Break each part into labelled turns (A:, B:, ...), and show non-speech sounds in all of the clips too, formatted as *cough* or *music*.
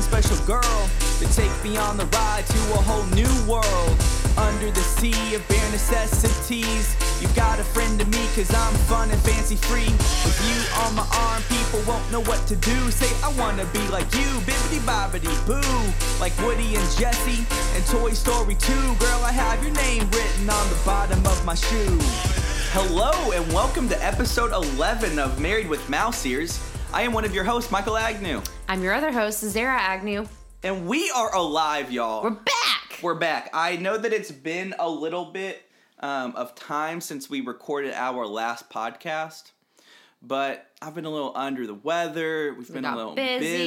A: special girl to take me on the ride to a whole new world. Under the sea of bare necessities, you got a friend in me cause I'm fun and fancy free. With you on my arm, people won't know what to do. Say, I wanna be like you, bibbity bobbity boo. Like Woody and Jesse and Toy Story 2. Girl, I have your name written on the bottom of my shoe. Hello and welcome to episode 11 of Married with Mouse Ears. I am one of your hosts, Michael Agnew.
B: I'm your other host, Zara Agnew.
A: And we are alive, y'all.
B: We're back.
A: We're back. I know that it's been a little bit um, of time since we recorded our last podcast, but I've been a little under the weather. We've been
B: got
A: a little
B: busy.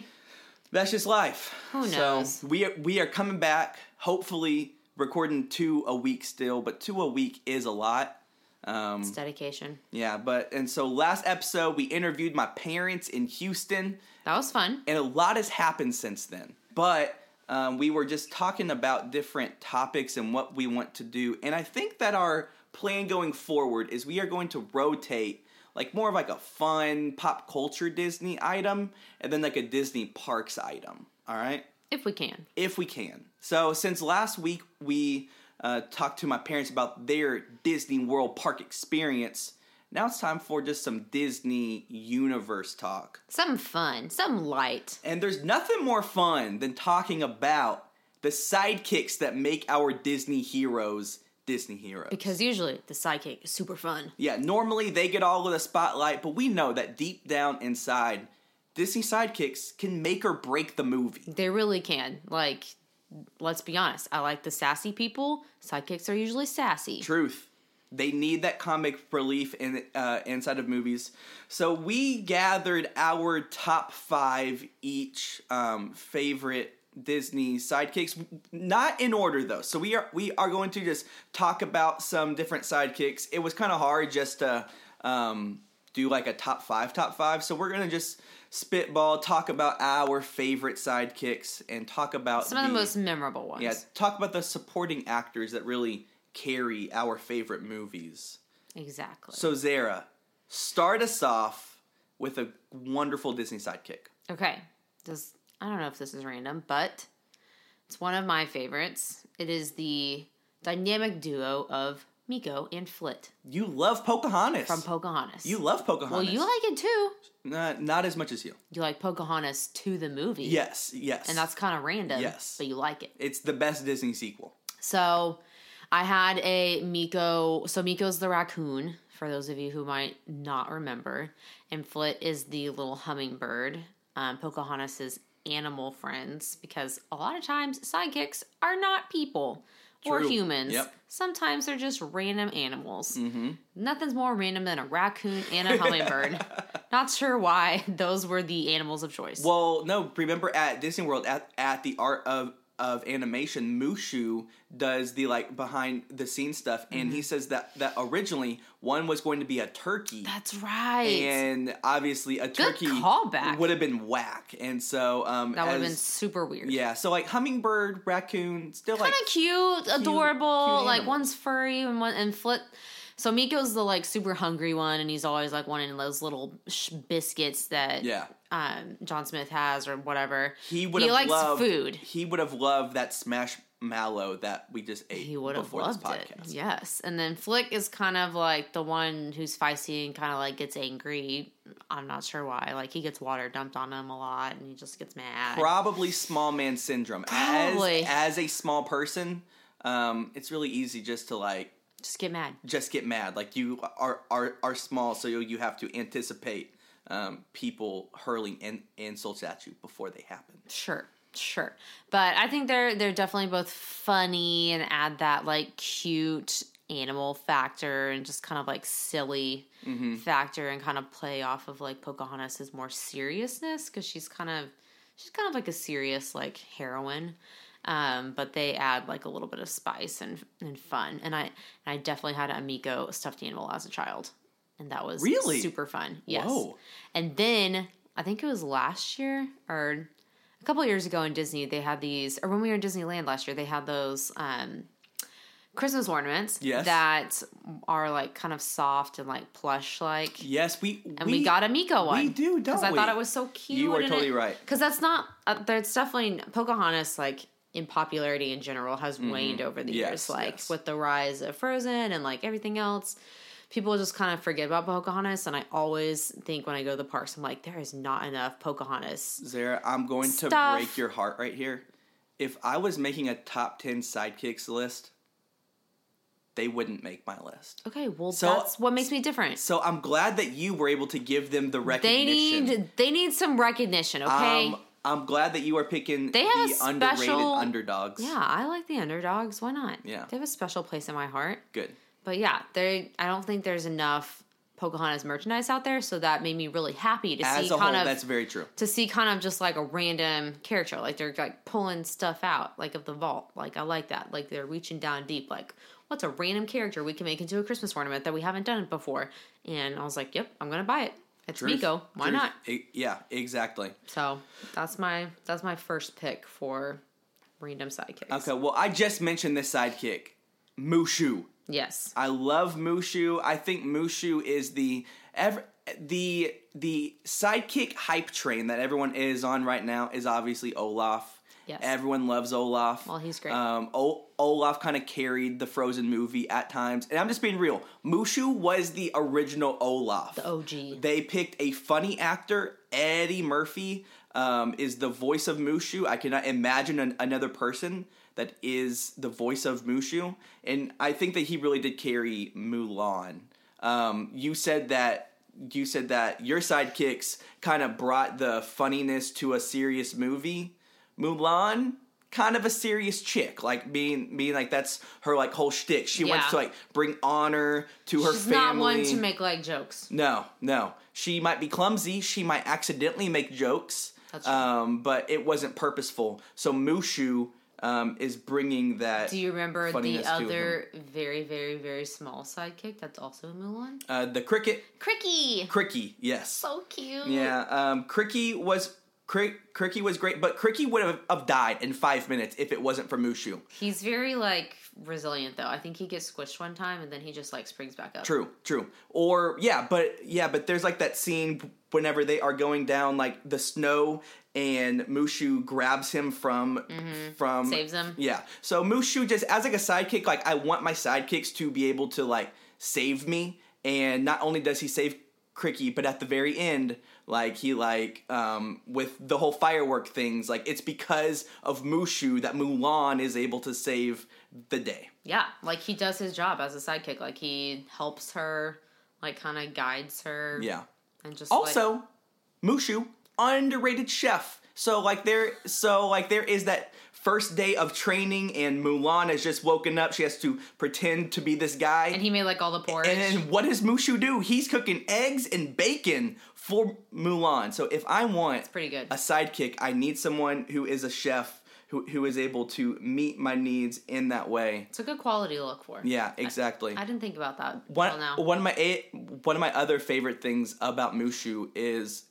A: busy. That's just life.
B: Who knows?
A: So we are, we are coming back. Hopefully, recording two a week still, but two a week is a lot. Um,
B: It's dedication.
A: yeah, but and so last episode we interviewed my parents in Houston
B: That was fun.
A: and a lot has happened since then. But um, we were just talking about different topics and what we want to do, and I think that our plan going forward is we are going to rotate like more of like a fun pop culture Disney item, and then like a Disney parks item. All right
B: If we can.
A: if we can. So, since last week we uh, talked to my parents about their Disney World park experience, now it's time for just some Disney universe talk.
B: Something fun. Something light.
A: And there's nothing more fun than talking about the sidekicks that make our Disney heroes Disney heroes.
B: Because usually the sidekick is super fun.
A: yeah, normally they get all of the spotlight, but we know that deep down inside, Disney sidekicks can make or break the movie.
B: They really can. Like, let's be honest. I like the sassy people. Sidekicks are usually sassy.
A: Truth. They need that comic relief in uh, inside of movies. So we gathered our top five each um, favorite Disney sidekicks, not in order though. So we are we are going to just talk about some different sidekicks. It was kind of hard just to um, do like a top five, top five. So we're gonna just spitball, talk about our favorite sidekicks, and talk about
B: Some of the most memorable ones.
A: yeah, talk about the supporting actors that really carry our favorite movies.
B: Exactly.
A: So Zara, start us off with a wonderful Disney sidekick.
B: Okay. Does I don't know if this is random, but it's one of my favorites. It is the dynamic duo of Miko and Flit
A: You love Pocahontas.
B: from Pocahontas.
A: you love
B: well,
A: Pocahontas.
B: you like it too.
A: Nah, not as much as you.
B: You like Pocahontas to the movie.
A: Yes, yes.
B: And that's kind of random.
A: Yes.
B: But you like it.
A: it's the best Disney sequel.
B: So I had a Miko. So Miko's the raccoon, for those of you who might not remember. And Flit is the little hummingbird. Um, Pocahontas' animal friends, because a lot of times sidekicks are not people or
A: True.
B: humans.
A: Yep. Mm-hmm.
B: Sometimes they're just random animals. Nothing's more random than a raccoon and a hummingbird.
A: *laughs*
B: not sure why *laughs* those were the animals of choice.
A: Well, no, remember at Disney World at, at the art of of animation, Mushu does the like behind the scenes stuff and
B: Mm-hmm.
A: he says that that originally one was going to be a turkey.
B: That's right.
A: and obviously a turkey
B: callback.
A: would have been whack. And so um,
B: that would have
A: as-
B: been super weird.
A: yeah. So like hummingbird, raccoon, still
B: kind
A: like
B: of cute, adorable.
A: cute
B: like
A: animals.
B: one's furry and one and Flit. So Miko's the like super hungry one, and he's always like wanting those little sh- biscuits that
A: yeah.
B: um, John Smith has or whatever.
A: He would
B: he
A: have
B: likes
A: loved
B: food.
A: He would have loved that smash mallow that we just ate.
B: He would have
A: before
B: loved
A: this
B: it.
A: podcast.
B: Yes, and then Flick is kind of like the one who's feisty and kind of like gets angry. I'm not sure why. Like he gets water dumped on him a lot, and he just gets mad.
A: Probably small man syndrome.
B: Probably.
A: As as a small person, um, it's really easy just to like
B: just get mad.
A: just get mad. Like you are are are small, so you you have to anticipate um, people hurling in, insults at you before they happen.
B: Sure, sure. But I think they're they're definitely both funny and add that like cute animal factor and just kind of like silly
A: Mm-hmm.
B: factor and kind of play off of like Pocahontas' more seriousness because she's kind of she's kind of like a serious like heroine. Um, but they add like a little bit of spice and and fun. And I and I definitely had a Miko stuffed animal as a child. And that was
A: Really?
B: super fun. Yes.
A: Whoa.
B: And then I think it was last year or a couple years ago in Disney, they had these, or when we were in Disneyland last year, they had those um, Christmas ornaments
A: Yes.
B: that are like kind of soft and like plush like.
A: Yes, we
B: And we, got a Miko one.
A: do, don't
B: I
A: we?
B: thought it was so cute.
A: You are totally right.
B: Because that's not uh, there's definitely Pocahontas like in popularity in general has waned over the
A: Mm-hmm. Yes,
B: years like
A: yes.
B: with the rise of Frozen and like everything else people just kind of forget about Pocahontas and I always think when I go to the parks I'm like there is not enough Pocahontas
A: Zara, I'm going
B: Stuff.
A: to break your heart right here. If I was making a top 10 sidekicks list, they wouldn't make my list.
B: okay well
A: So-
B: that's what makes me different
A: So I'm glad that you were able to give them the
B: they
A: recognition.
B: need they need some recognition okay
A: Um, I'm glad that you are picking
B: They have a
A: the underrated
B: special-
A: underdogs.
B: yeah I like the underdogs why not
A: Yeah.
B: they have a special place in my heart
A: Good.
B: But yeah, there. I don't think there's enough Pocahontas merchandise out there, so that made me really happy to
A: As
B: see
A: a whole,
B: kind of
A: that's very true.
B: to see kind of just like a random character, like they're like pulling stuff out like of the vault. Like I like that. Like they're reaching down deep. Like what's a random character we can make into a Christmas ornament that we haven't done before? And I was like, yep, I'm gonna buy it. It's
A: Truth.
B: Miko. Why
A: Truth.
B: not?
A: E- yeah, exactly.
B: So that's my that's my first pick for random sidekicks.
A: Okay, well, I just mentioned this sidekick, Mushu.
B: Yes.
A: I love Mushu. I think Mushu is the ev- the the sidekick hype train that everyone is on right now is obviously Olaf.
B: Yes.
A: Everyone loves Olaf.
B: Well, he's great.
A: Um, o- Olaf kind of carried the Frozen movie at times, and I'm just being real. Mushu was the original Olaf. The
B: OG.
A: They picked a funny actor, Eddie Murphy, um, is the voice of Mushu. I cannot imagine an, another person that is the voice of Mushu, and I think that he really did carry Mulan. Um, you said that you said that your sidekicks kind of brought the funniness to a serious movie. Mulan kind of a serious chick, like being being like that's her like whole shtick. She wants
B: Yeah.
A: to like bring honor to her
B: She's
A: family.
B: not one to make like jokes.
A: No, no. She might be clumsy. She might accidentally make jokes.
B: That's true.
A: um, but it wasn't purposeful. So Mushu um, is bringing that.
B: Do you remember the
A: funniness to
B: other very, very, very small sidekick that's also in Mulan?
A: uh, the cricket?
B: Cricky!
A: Cricky, yes.
B: So cute.
A: Yeah. Um, cricky was Cri- Cricky was great, but Cricky would have, have died in five minutes if it wasn't for Mushu.
B: He's very like resilient though. I think he gets squished one time and then he just like springs back up.
A: True, true. Or yeah, but yeah, but there's like that scene whenever they are going down like the snow and Mushu grabs him from from
B: Mm-hmm. Saves him.
A: Yeah. So Mushu just as like a sidekick, like I want my sidekicks to be able to like save me. And not only does he save Cricky, but at the very end, like he like um with the whole firework things, like it's because of Mushu that Mulan is able to save the day.
B: Yeah. Like he does his job as a sidekick. Like he helps her, like kinda guides her.
A: Yeah.
B: And just like,
A: Also, Mushu, underrated chef. So like there, so like there is that first day of training, and Mulan has just woken up. She has to pretend to be this guy.
B: and he made like all the porridge.
A: And then what does Mushu do? He's cooking eggs and bacon for Mulan. So if I want
B: pretty good.
A: a sidekick, I need someone who is a chef who who is able to meet my needs in that way.
B: it's a good quality to look for.
A: Yeah, exactly.
B: I didn't think about that until
A: One,
B: now.
A: one of my eight, one of my other favorite things about Mushu is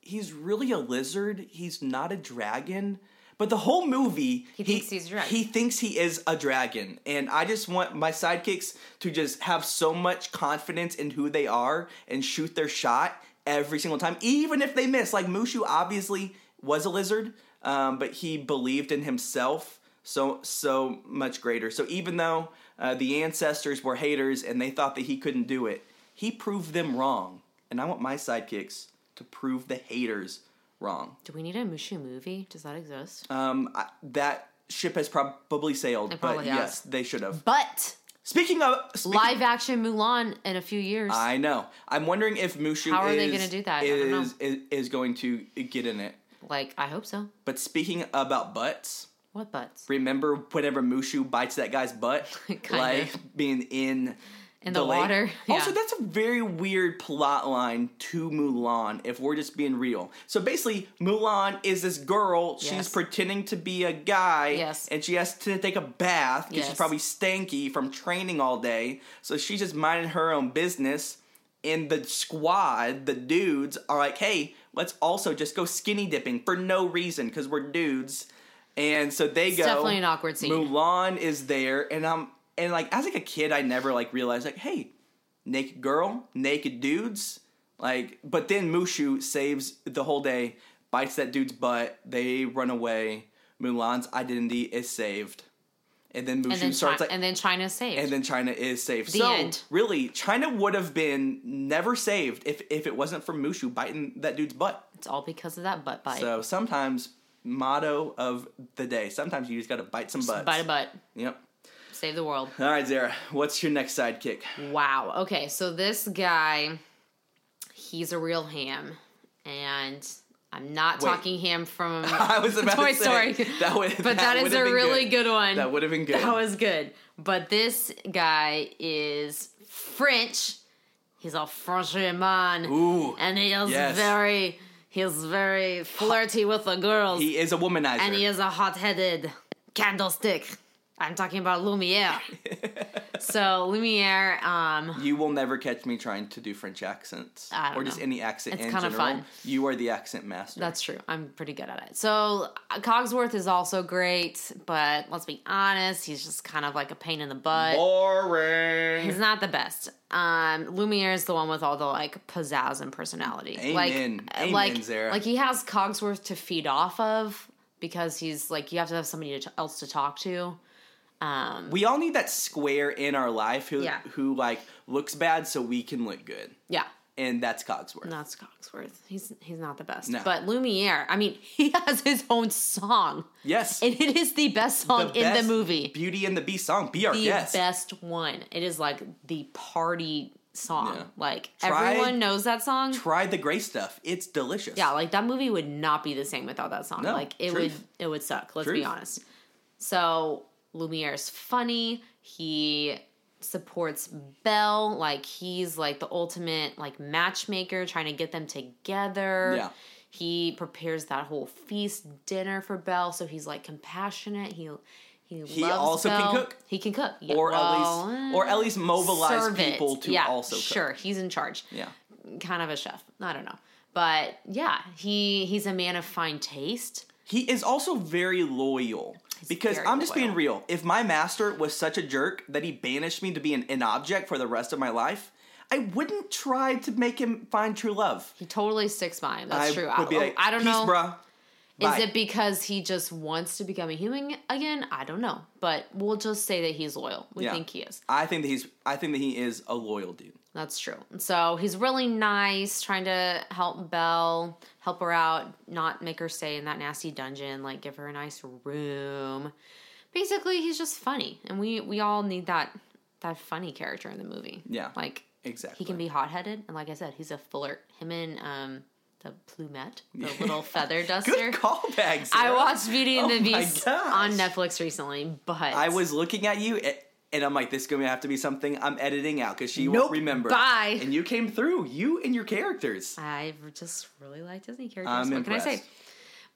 A: he's really a lizard. He's not a dragon. But the whole movie, he
B: thinks he's a dragon.
A: He thinks he is a dragon, and I just want my sidekicks to just have so much confidence in who they are and shoot their shot every single time, even if they miss. Like Mushu, obviously was a lizard, um, but he believed in himself so so much greater. So even though uh, the ancestors were haters and they thought that he couldn't do it, he proved them wrong. And I want my sidekicks to prove the haters wrong.
B: Do we need a Mushu movie? Does that exist?
A: Um, I, that ship has probably sailed,
B: probably
A: but
B: has.
A: yes, they should have.
B: but
A: Speaking of speaking,
B: live action Mulan in a few years.
A: I know. I'm wondering if Mushu
B: How are
A: is,
B: they gonna do that? I
A: Is,
B: don't know.
A: is is going to get in it.
B: like I hope so.
A: But speaking about butts,
B: What butts?
A: remember whenever Mushu bites that guy's butt,
B: *laughs* Kinda.
A: like being in
B: in the,
A: lake.
B: water.
A: Also,
B: Yeah.
A: that's a very weird plot line to Mulan, if we're just being real. So basically, Mulan is this girl. She's
B: Yes.
A: pretending to be a guy.
B: Yes.
A: And she has to take a bath because she's
B: Yes.
A: probably stanky from training all day. So she's just minding her own business. And the squad, the dudes, are like, hey, let's also just go skinny dipping for no reason because we're dudes. And so they go.
B: definitely an awkward scene.
A: Mulan is there, and I'm and like as like a kid, I never like realized like, hey, naked girl, naked dudes, like. But then Mushu saves the whole day bites that dude's butt. They run away. Mulan's identity is saved, and then Mushu
B: and then,
A: starts
B: China,
A: like,
B: and then China's saved.
A: and then China is saved.
B: The
A: so
B: end.
A: really, China would have been never saved if if it wasn't for Mushu biting that dude's butt.
B: it's all because of that butt bite.
A: So sometimes motto of the day. Sometimes you just gotta bite some butts.
B: Bite a butt.
A: Yep.
B: Save the world.
A: All right, Zara. What's your
B: *laughs*
A: next sidekick?
B: Wow. Okay, so this guy, he's a real ham, and I'm not
A: Wait.
B: talking ham
A: *laughs*
B: from
A: I was about
B: Toy
A: to say
B: Story.
A: that would,
B: but that is
A: would've
B: a
A: been
B: really good, one.
A: That would have been good.
B: That was good. But this guy is French. He's a Frenchman.
A: Ooh,
B: And he is
A: yes.
B: very he's very flirty with the girls.
A: he is a womanizer.
B: and he is a hot headed candlestick. I'm talking about
A: *laughs*
B: Lumiere. so Lumiere, um
A: you will never catch me trying to do French accents
B: I don't
A: or just
B: know.
A: any accent
B: It's
A: in
B: kinda
A: general.
B: fun.
A: You are the accent master.
B: that's true. I'm pretty good at it. So uh, Cogsworth is also great, but let's be honest, he's just kind of like a pain in the butt.
A: boring.
B: He's not the best. Um, Lumiere is the one with all the like pizzazz and personality.
A: Amen.
B: Like, uh,
A: Amen,
B: like,
A: Zara.
B: like he has Cogsworth to feed off of because he's like you have to have somebody to, else to talk to. Um,
A: We all need that square in our life who
B: Yeah.
A: who like looks bad so we can look good,
B: yeah,
A: and that's Cogsworth.
B: that's Cogsworth. He's he's not the best.
A: No.
B: But Lumiere, I mean, *laughs* he has his own song,
A: Yes,
B: and it is the best song in
A: best
B: the movie.
A: Beauty and the Beast song. Be our
B: The
A: guest.
B: best one. It is like the party song.
A: Yeah.
B: Like
A: Try-
B: everyone knows that song.
A: Try the gray stuff. It's delicious.
B: Yeah, like that movie would not be the same without that song.
A: No,
B: like it
A: truth.
B: would it would suck, let's be
A: Truth.
B: honest. So Lumiere's funny. He supports Belle. Like he's like the ultimate like matchmaker trying to get them together.
A: Yeah.
B: He prepares that whole feast dinner for Belle, so he's like compassionate. He he,
A: He
B: loves
A: also can
B: Belle.
A: cook.
B: He can cook. Yeah,
A: or
B: well,
A: at
B: eh,
A: least or at least mobilize
B: serve it.
A: people to
B: yeah,
A: also cook.
B: Sure, he's in charge
A: Yeah.
B: kind of a chef. I don't know. But yeah, he he's a man of fine taste.
A: He is also very loyal. because
B: very
A: I'm just
B: loyal.
A: being real. If my master was such a jerk that he banished me to be an, an object for the rest of my life, I wouldn't try to make him find true love.
B: He totally sticks by him. That's
A: I
B: true.
A: would be
B: I,
A: like,
B: I don't
A: Peace,
B: know.
A: bruh. Bye."
B: Is it because he just wants to become a human again? I don't know. But we'll just say that he's loyal. We
A: Yeah.
B: think he is.
A: I think that he's I think that he is a loyal dude.
B: That's true. So he's really nice, trying to help Belle, help her out, not make her stay in that nasty dungeon, like give her a nice room. Basically, he's just funny, and we we all need that that funny character in the movie.
A: Yeah.
B: like
A: Exactly.
B: he can be hot headed, and like I said, he's a flirt. Him and um the plumet, the little feather duster.
A: *laughs* Good callbacks.
B: I watched Beauty and
A: Oh
B: the
A: my
B: Beast on
A: gosh.
B: Netflix recently, but
A: I was looking at you, a- and I'm like, this is going to have to be something I'm editing out because she
B: Nope.
A: won't remember.
B: Bye.
A: And you came through, you and your characters.
B: I just really like Disney characters.
A: I'm
B: what can I say?
A: impressed.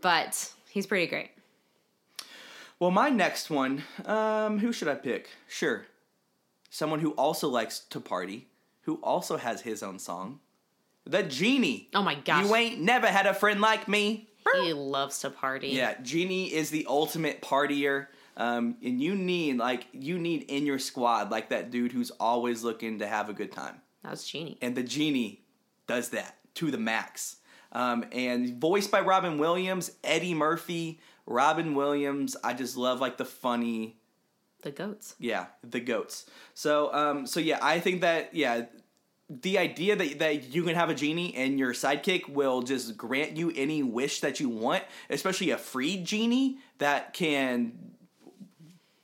B: But he's pretty great.
A: Well, my next one, um, who should I pick? Sure. Someone who also likes to party, who also has his own song. The Genie.
B: Oh my gosh.
A: You ain't never had a friend like me.
B: He loves to party.
A: Yeah, Genie is the ultimate partier. Um, and you need like you need in your squad like that dude who's always looking to have a good time.
B: That was Genie.
A: and the genie does that to the max. Um, and voiced by Robin Williams, Eddie Murphy, Robin Williams. I just love like the funny,
B: The goats.
A: yeah, the goats. So, um, so yeah, I think that yeah, the idea that that you can have a genie and your sidekick will just grant you any wish that you want, especially a free genie that can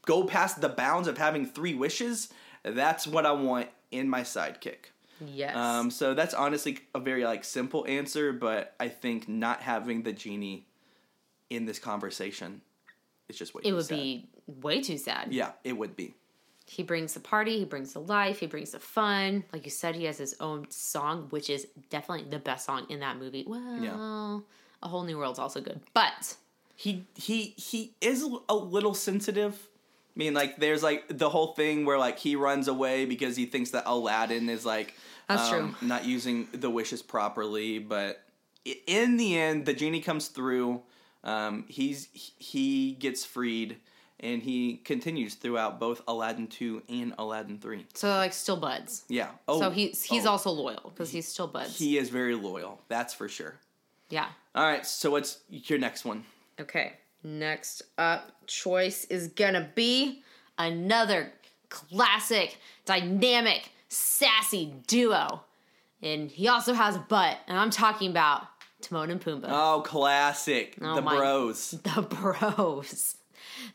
A: go past the bounds of having three wishes. That's what I want in my sidekick.
B: Yes.
A: Um, so that's honestly a very like simple answer, but I think not having the genie in this conversation is just way
B: it
A: too
B: would
A: sad.
B: be way too sad.
A: yeah, it would be
B: He brings the party, he brings the life, he brings the fun. Like you said, he has his own song, which is definitely the best song in that movie. Well, A Whole New World's also good. But
A: he he he is a little sensitive. I mean, like there's like the whole thing where like he runs away because he thinks that Aladdin is like
B: That's
A: true not using the wishes properly, but i- in the end, the genie comes through. Um, he's he gets freed. And he continues throughout both Aladdin two and Aladdin three.
B: so like still buds.
A: Yeah. Oh,
B: so he's he's
A: oh,
B: also loyal because he's still buds.
A: he is very loyal. That's for sure.
B: Yeah.
A: All right, so what's your next one?
B: Okay. Next up choice is gonna be another classic, dynamic, sassy duo. And he also has a butt, and I'm talking about Timon and Pumbaa.
A: Oh, classic.
B: Oh
A: the
B: my-
A: bros.
B: *laughs* the bros.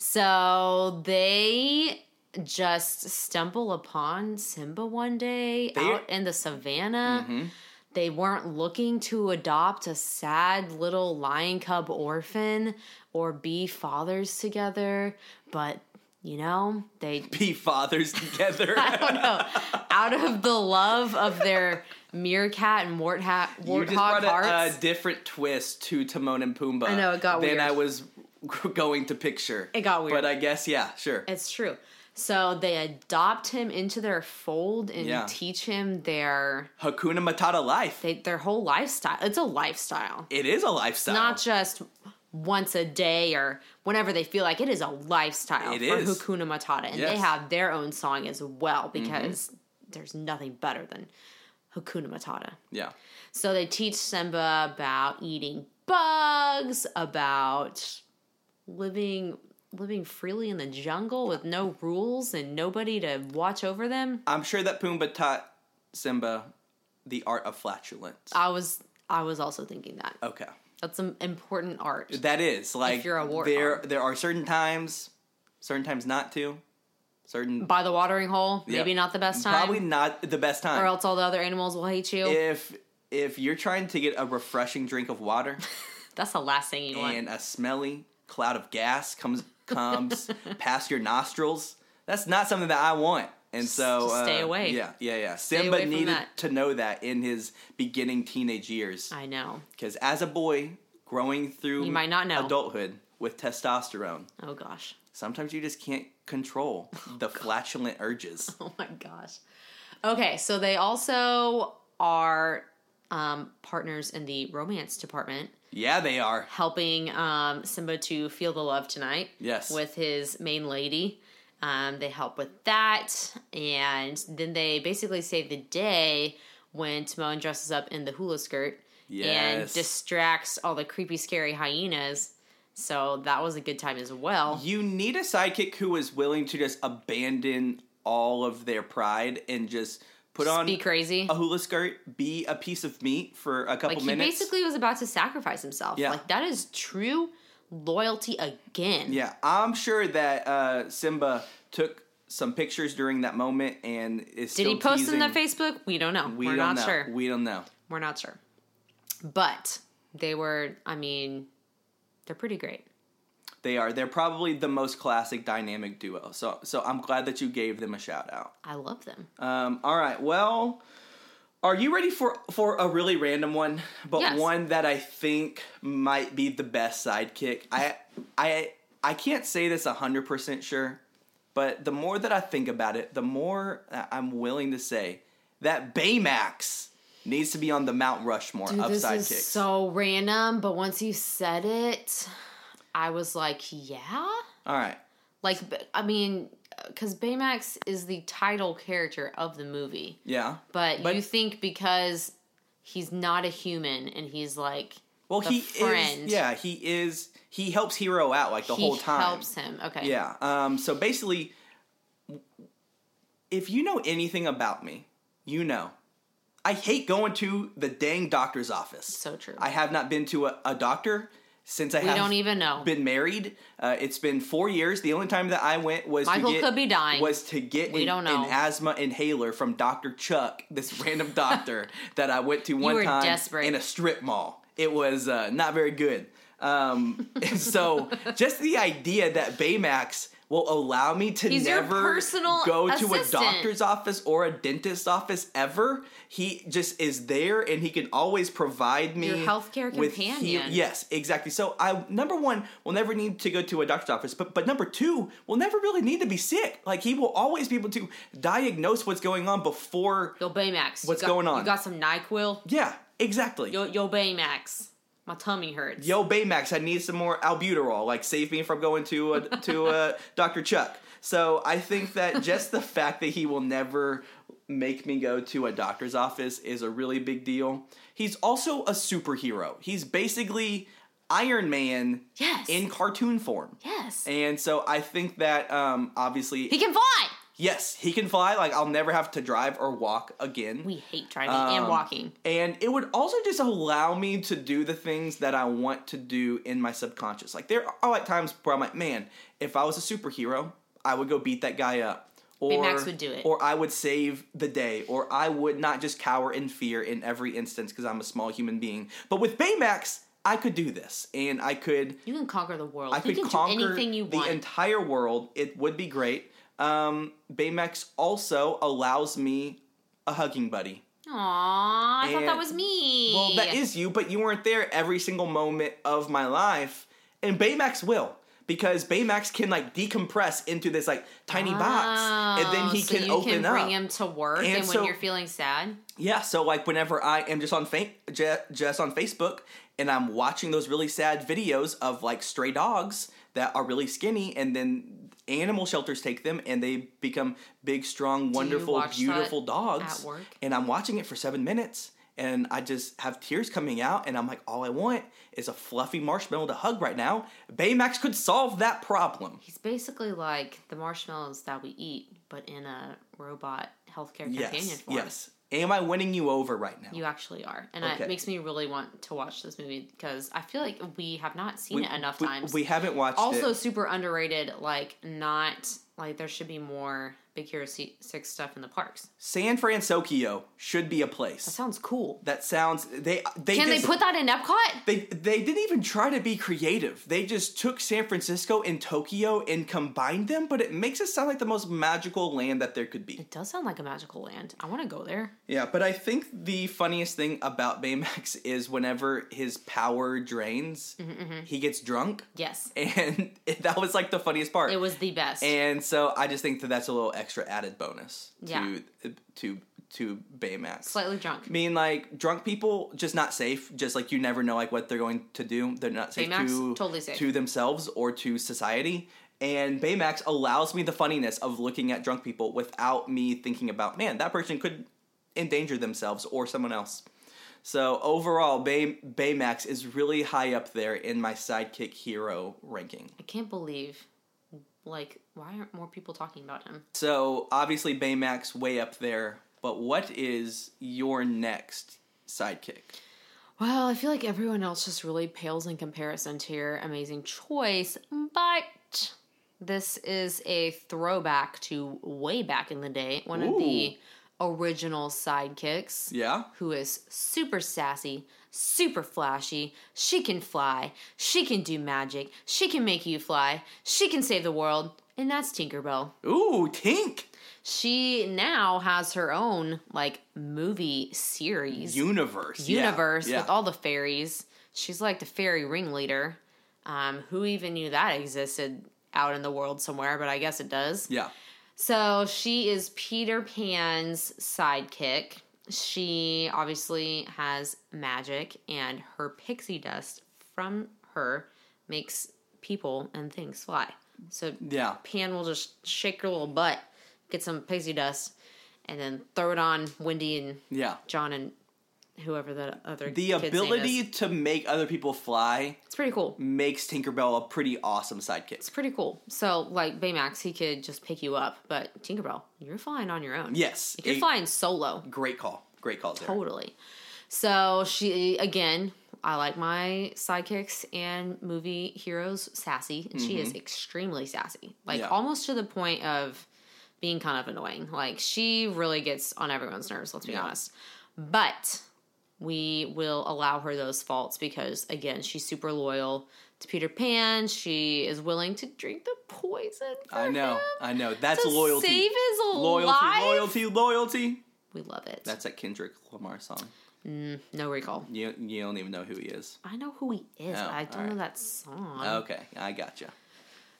B: So they just stumble upon Simba one day out in the savannah.
A: Mm-hmm.
B: They weren't looking to adopt a sad little lion cub orphan or be fathers together, but you know,
A: *laughs*
B: they
A: Be
B: *laughs*
A: fathers together.
B: out of the love of their meerkat and wartha-
A: you
B: warthog
A: just brought uh, a,
B: hearts.
A: a different twist to Timon and Pumbaa.
B: I know, it got
A: than
B: weird.
A: I was *laughs* going to picture.
B: It got weird.
A: But I guess, yeah, sure.
B: It's true. So they adopt him into their fold and
A: Yeah.
B: teach him their
A: Hakuna Matata life.
B: they, their whole lifestyle. It's a lifestyle,
A: it is a lifestyle.
B: not just once a day or whenever they feel like it is a lifestyle
A: It
B: for
A: is.
B: Hakuna Matata, and they
A: Yes. Mm-hmm.
B: have their own song as well because there's nothing better than Hakuna Matata.
A: yeah.
B: So they teach Simba about eating bugs, about living living freely in the jungle with no rules and nobody to watch over them.
A: I'm sure that Pumbaa taught Simba the art of flatulence.
B: I was I was also thinking that.
A: okay.
B: That's an important art.
A: That is like
B: you're a warthog.
A: there there are certain times, certain times not to. Certain
B: By the watering hole,
A: Yeah.
B: maybe not the best time.
A: probably not the best time.
B: or else all the other animals will hate you.
A: if if you're trying to get a refreshing drink of water
B: That's the last thing you want.
A: and a smelly cloud of gas comes
B: *laughs*
A: comes past your nostrils, that's not something that I want. And so
B: just stay
A: uh,
B: away.
A: Yeah, yeah, yeah. Simba
B: away from
A: needed
B: that.
A: to know that in his beginning teenage years.
B: I know.
A: Because as a boy growing through
B: You might not know.
A: adulthood with testosterone,
B: Oh gosh. *laughs*
A: sometimes you just can't control the flatulent
B: *laughs*
A: urges.
B: Oh my gosh. Okay, so they also are um, partners in the romance department.
A: Yeah, they are.
B: helping um, Simba to feel the love tonight.
A: Yes.
B: With his main lady. Um, they help with that. And then they basically save the day when Timon dresses up in the hula skirt and
A: Yes.
B: distracts all the creepy, scary hyenas. So that was a good time as well.
A: You need a sidekick who is willing to just abandon all of their pride and just put on
B: Be crazy.
A: a hula skirt, be a piece of meat for a couple
B: Like, he
A: minutes.
B: basically was about to sacrifice himself.
A: Yeah.
B: Like, that is true loyalty again.
A: yeah, I'm sure that uh, Simba took some pictures during that moment and is
B: Did
A: still
B: he post
A: teasing.
B: them to Facebook? We don't know.
A: We
B: are
A: don't
B: not
A: know.
B: sure.
A: We don't know.
B: We're not sure. But they were, I mean, they're pretty great.
A: They are. They're probably the most classic dynamic duo. So so I'm glad that you gave them a shout out.
B: I love them.
A: Um, all right. Well, are you ready for for a really random one, but
B: Yes.
A: one that I think might be the best sidekick? I I I can't say this 100% sure, but the more that I think about it, the more that I'm willing to say that Baymax needs to be on the Mount Rushmore of
B: this
A: sidekicks.
B: is so random, but once you said it, I was like, yeah?
A: all right.
B: Like, b- I mean, because Baymax is the title character of the movie.
A: Yeah.
B: But,
A: But-
B: you think because he's not a human and he's like,
A: Well,
B: the
A: he
B: friend.
A: is. Yeah, he is. He helps Hero out like the
B: he
A: whole time.
B: helps him. Okay.
A: Yeah. Um, so basically, if you know anything about me, you know I hate going to the dang doctor's office.
B: So true.
A: I have not been to a, a doctor since I
B: we
A: have
B: don't even know.
A: been married. Uh, it's been four years. The only time that I went was
B: Michael
A: to get,
B: could be dying.
A: Was to get
B: We
A: an,
B: don't know.
A: an asthma inhaler from Doctor Chuck, this *laughs* random doctor that I went to one
B: were
A: time
B: desperate.
A: in a strip mall. It was uh, not very good. Um, *laughs* and so just the idea that Baymax will allow me to
B: He's your
A: never
B: personal
A: go to a
B: assistant.
A: doctor's office or a dentist's office ever. He just is there and he can always provide me
B: Your healthcare
A: with
B: companion.
A: heal- yes, exactly. So I number one will never need to go to a doctor's office, but but number two will never really need to be sick. Like he will always be able to diagnose what's going on before.
B: Yo, Baymax. you
A: What's
B: got-
A: going on?
B: You got some NyQuil?
A: Yeah, exactly.
B: Yo, yo, Baymax. My tummy hurts.
A: Yo, Baymax, I need some more albuterol. Like, save me from going to a, to uh Dr. Chuck. So I think that just the fact that he will never make me go to a doctor's office is a really big deal. He's also a superhero. He's basically Iron Man
B: Yes.
A: in cartoon form.
B: yes.
A: And so I think that um, obviously,
B: he can fly.
A: yes, he can fly. Like, I'll never have to drive or walk again.
B: We hate driving and
A: Um,
B: walking.
A: and it would also just allow me to do the things that I want to do in my subconscious. Like there are like times where I'm like, man, if I was a superhero, I would go beat that guy up. Or
B: Max would do it.
A: Or I would save the day. Or I would not just cower in fear in every instance because I'm a small human being. But with Baymax, I could do this, and I could
B: You can conquer the world.
A: I
B: you
A: could
B: can
A: conquer
B: do anything you
A: the
B: want.
A: entire world. It would be great. Um, Baymax also allows me a hugging buddy.
B: Aww, I thought that
A: And-
B: was me.
A: Well, that is you, but you weren't there every single moment of my life. And Baymax will. Because Baymax can like decompress into this like tiny box, and then
B: Oh,
A: he
B: so
A: can
B: you
A: open
B: can bring
A: up.
B: him to work, and,
A: And
B: when
A: so-
B: you're feeling sad,
A: Yeah, so like whenever I am just on fa- ju- just on Facebook and I'm watching those really sad videos of like stray dogs that are really skinny, and then animal shelters take them and they become big, strong, wonderful,
B: watch that
A: beautiful dogs.
B: at work?
A: And I'm watching it for seven minutes, and I just have tears coming out, and I'm like, all I want is a fluffy marshmallow to hug right now. Baymax could solve that problem.
B: he's basically like the marshmallows that we eat, but in a robot healthcare companion
A: Yes,
B: form.
A: yes. Am I winning you over right now?
B: You actually are, and
A: Okay.
B: it makes me really want to watch this movie because I feel like we have not seen it enough
A: we,
B: times.
A: We haven't watched it.
B: also super underrated. Like not like there should be more Big Hero Se- Six stuff in the parks.
A: San Francisco should be a place.
B: Sounds cool.
A: That sounds they they
B: Can they
A: just-
B: put that in Epcot?
A: they they didn't even try to be creative. They just took San Francisco and Tokyo and combined them, but it makes it sound like the most magical land that there could be.
B: It does sound like a magical land. I want to go there.
A: Yeah, but I think the funniest thing about Baymax *laughs* is whenever his power drains,
B: Mm-hmm,
A: he gets drunk, *laughs*
B: Yes,
A: and *laughs* that was like the funniest part.
B: it was the best.
A: and so I just think that that's a little extra added bonus
B: Yeah.
A: to to to Baymax.
B: Slightly drunk.
A: mean like drunk people just not safe just like you never know like what they're going to do they're not safe
B: Baymax,
A: to
B: totally safe.
A: to themselves or to society and baymax allows me the funniness of looking at drunk people without me thinking about man that person could endanger themselves or someone else so overall Bay- baymax is really high up there in my sidekick hero ranking
B: I can't believe, like, why aren't more people talking about him?
A: so obviously baymax way up there but what is your next sidekick
B: Well, I feel like everyone else just really pales in comparison to your amazing choice, but this is a throwback to way back in the day. One of the original sidekicks.
A: yeah
B: who is super sassy, super flashy. She can fly. She can do magic. She can make you fly. She can save the world. And that's Tinkerbell.
A: ooh tink
B: She now has her own like movie series
A: universe. yeah,
B: universe
A: yeah.
B: with all the fairies. She's like the fairy ringleader. Um, who even knew that existed out in the world somewhere, but I guess it does.
A: Yeah.
B: So she is Peter Pan's sidekick. She obviously has magic, and her pixie dust from her makes people and things fly. So
A: Yeah.
B: Pan will just shake her little butt, get some pixie dust, and then throw it on Wendy and
A: Yeah.
B: John and whoever the other
A: The
B: kid's name
A: ability
B: is.
A: to make other people fly
B: It's pretty cool.
A: makes Tinkerbell a pretty awesome sidekick.
B: It's pretty cool. So like Baymax, he could just pick you up, but Tinkerbell, you're flying on your own.
A: Yes.
B: You're
A: a
B: flying solo.
A: Great call. Great call there.
B: Totally. So she again, I like my sidekicks and movie heroes sassy. and She is extremely sassy. Like
A: Mm-hmm. Yeah.
B: almost to the point of being kind of annoying. Like she really gets on everyone's nerves, let's be honest. But we will allow her those faults because again, she's super loyal to Peter Pan. She is willing to drink the poison. For
A: I know.
B: him
A: I know. That's
B: to
A: loyalty.
B: Save his
A: loyalty,
B: life.
A: loyalty, loyalty.
B: We love it.
A: That's that Kendrick Lamar song.
B: no recall.
A: You you don't even know who he is.
B: I know who he is,
A: Oh,
B: but I don't
A: alright. Oh.
B: know that song.
A: Okay, I gotcha.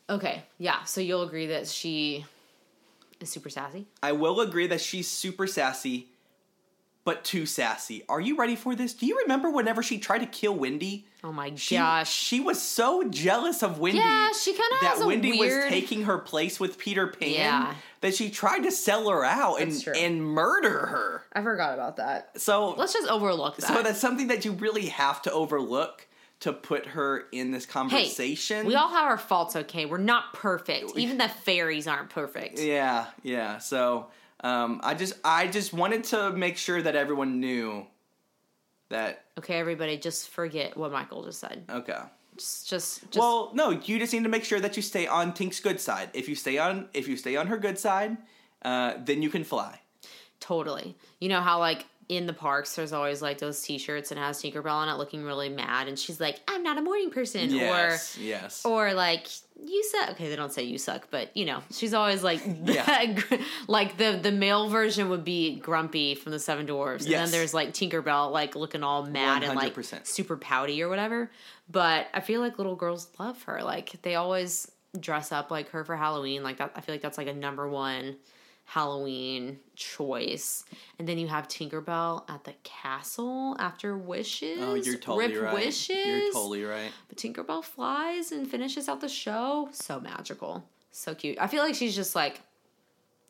B: Okay, yeah. So you'll agree that she is super sassy.
A: I will agree that she's super sassy, but too sassy. Are you ready for this? Do you remember whenever she tried to kill Wendy?
B: Oh my
A: She,
B: gosh.
A: she was so jealous of Wendy.
B: Yeah, she kinda
A: that
B: has a
A: Wendy
B: weird-
A: was taking her place with Peter Pan.
B: Yeah.
A: that she tried to sell her out and
B: That's true.
A: and murder her.
B: I forgot about that.
A: So
B: Let's just overlook that.
A: so that's something that you really have to overlook to put her in this
B: hey,
A: conversation.
B: we all have our faults. Okay, we're not perfect. Even the fairies aren't perfect.
A: Yeah, yeah. So um, I just I just wanted to make sure that everyone knew that.
B: Okay, everybody, just forget what Michael just said.
A: Okay.
B: Just, just, just
A: well, no, you just need to make sure that you stay on Tink's good side. If you stay on if you stay on her good side, uh, then you can fly.
B: totally. You know how like in the parks, there's always like those T-shirts and it has Tinkerbell on it, looking really mad, and she's like, "I'm not a morning person,"
A: Yes. yes.
B: or or like you suck okay they don't say you suck but you know she's always like *laughs*
A: Yeah.
B: like the the male version would be grumpy from the seven dwarfs and
A: Yes.
B: then there's like tinkerbell like looking all mad and like
A: 100%.
B: super pouty or whatever but i feel like little girls love her like they always dress up like her for halloween like that i feel like that's like a number one halloween choice and then you have tinkerbell at the castle after wishes
A: oh, you're totally
B: Rip
A: right.
B: wishes
A: You're totally right.
B: but Tinkerbell flies and finishes out the show. So magical. So cute. I feel like she's just like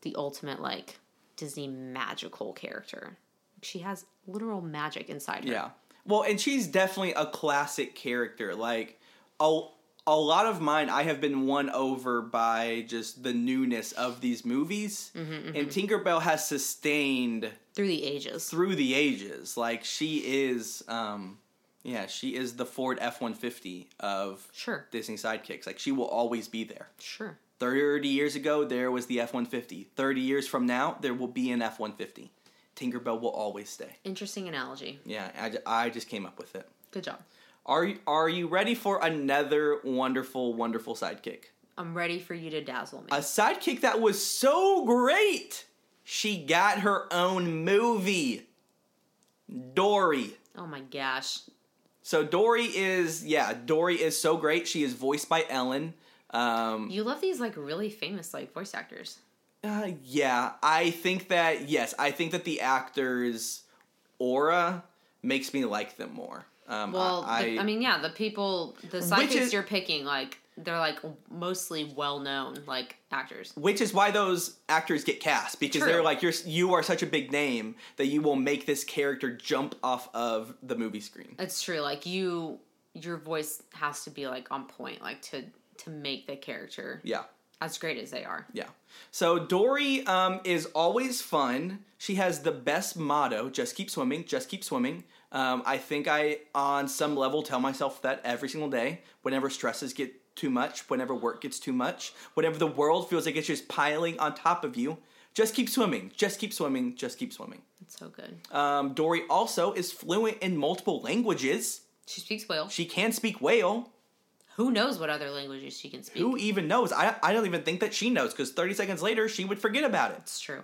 B: the ultimate like Disney magical character. She has literal magic inside her.
A: Yeah. Well, and she's definitely a classic character. Like a a lot of mine I have been won over by just the newness of these movies.
B: Mm-hmm,
A: And Tinkerbell has sustained
B: Through the ages.
A: through the ages. Like she is um yeah, she is the Ford F150 of
B: Sure.
A: Disney sidekicks. Like she will always be there.
B: Sure.
A: 30 years ago there was the F150. 30 years from now there will be an F150. Tinkerbell will always stay.
B: Interesting analogy.
A: Yeah, I, ju- I just came up with it.
B: Good job.
A: Are you, are you ready for another wonderful, wonderful sidekick?
B: I'm ready for you to dazzle me.
A: A sidekick that was so great, she got her own movie. Dory.
B: oh my gosh.
A: So Dory is yeah, Dory is so great. She is voiced by Ellen. Um,
B: You love these like really famous like voice actors.
A: uh, yeah, I think that yes, I think that the actors' aura makes me like them more. Um,
B: Well,
A: I,
B: the- I, mean, yeah, the people, the
A: Which
B: sidekicks
A: is-
B: you're picking, like they're like mostly well known like actors.
A: which is why those actors get cast because
B: True.
A: they're like you're you are such a big name that you will make this character jump off of the movie screen.
B: It's true. Like you, your voice has to be like on point, like to to make the character
A: Yeah.
B: as great as they are.
A: Yeah. So Dory um, is always fun. She has the best motto: "Just keep swimming, just keep swimming." Um, I think I, on some level, tell myself that every single day. Whenever stresses get too much, whenever work gets too much, whenever the world feels like it's just piling on top of you, just keep swimming, just keep swimming, just keep swimming.
B: It's so good.
A: Um, Dory also is fluent in multiple languages.
B: She speaks Welsh.
A: She can speak whale.
B: Who knows what other languages she can speak?
A: Who even knows? I, I don't even think that she knows because 30 seconds later, she would forget about it.
B: It's true.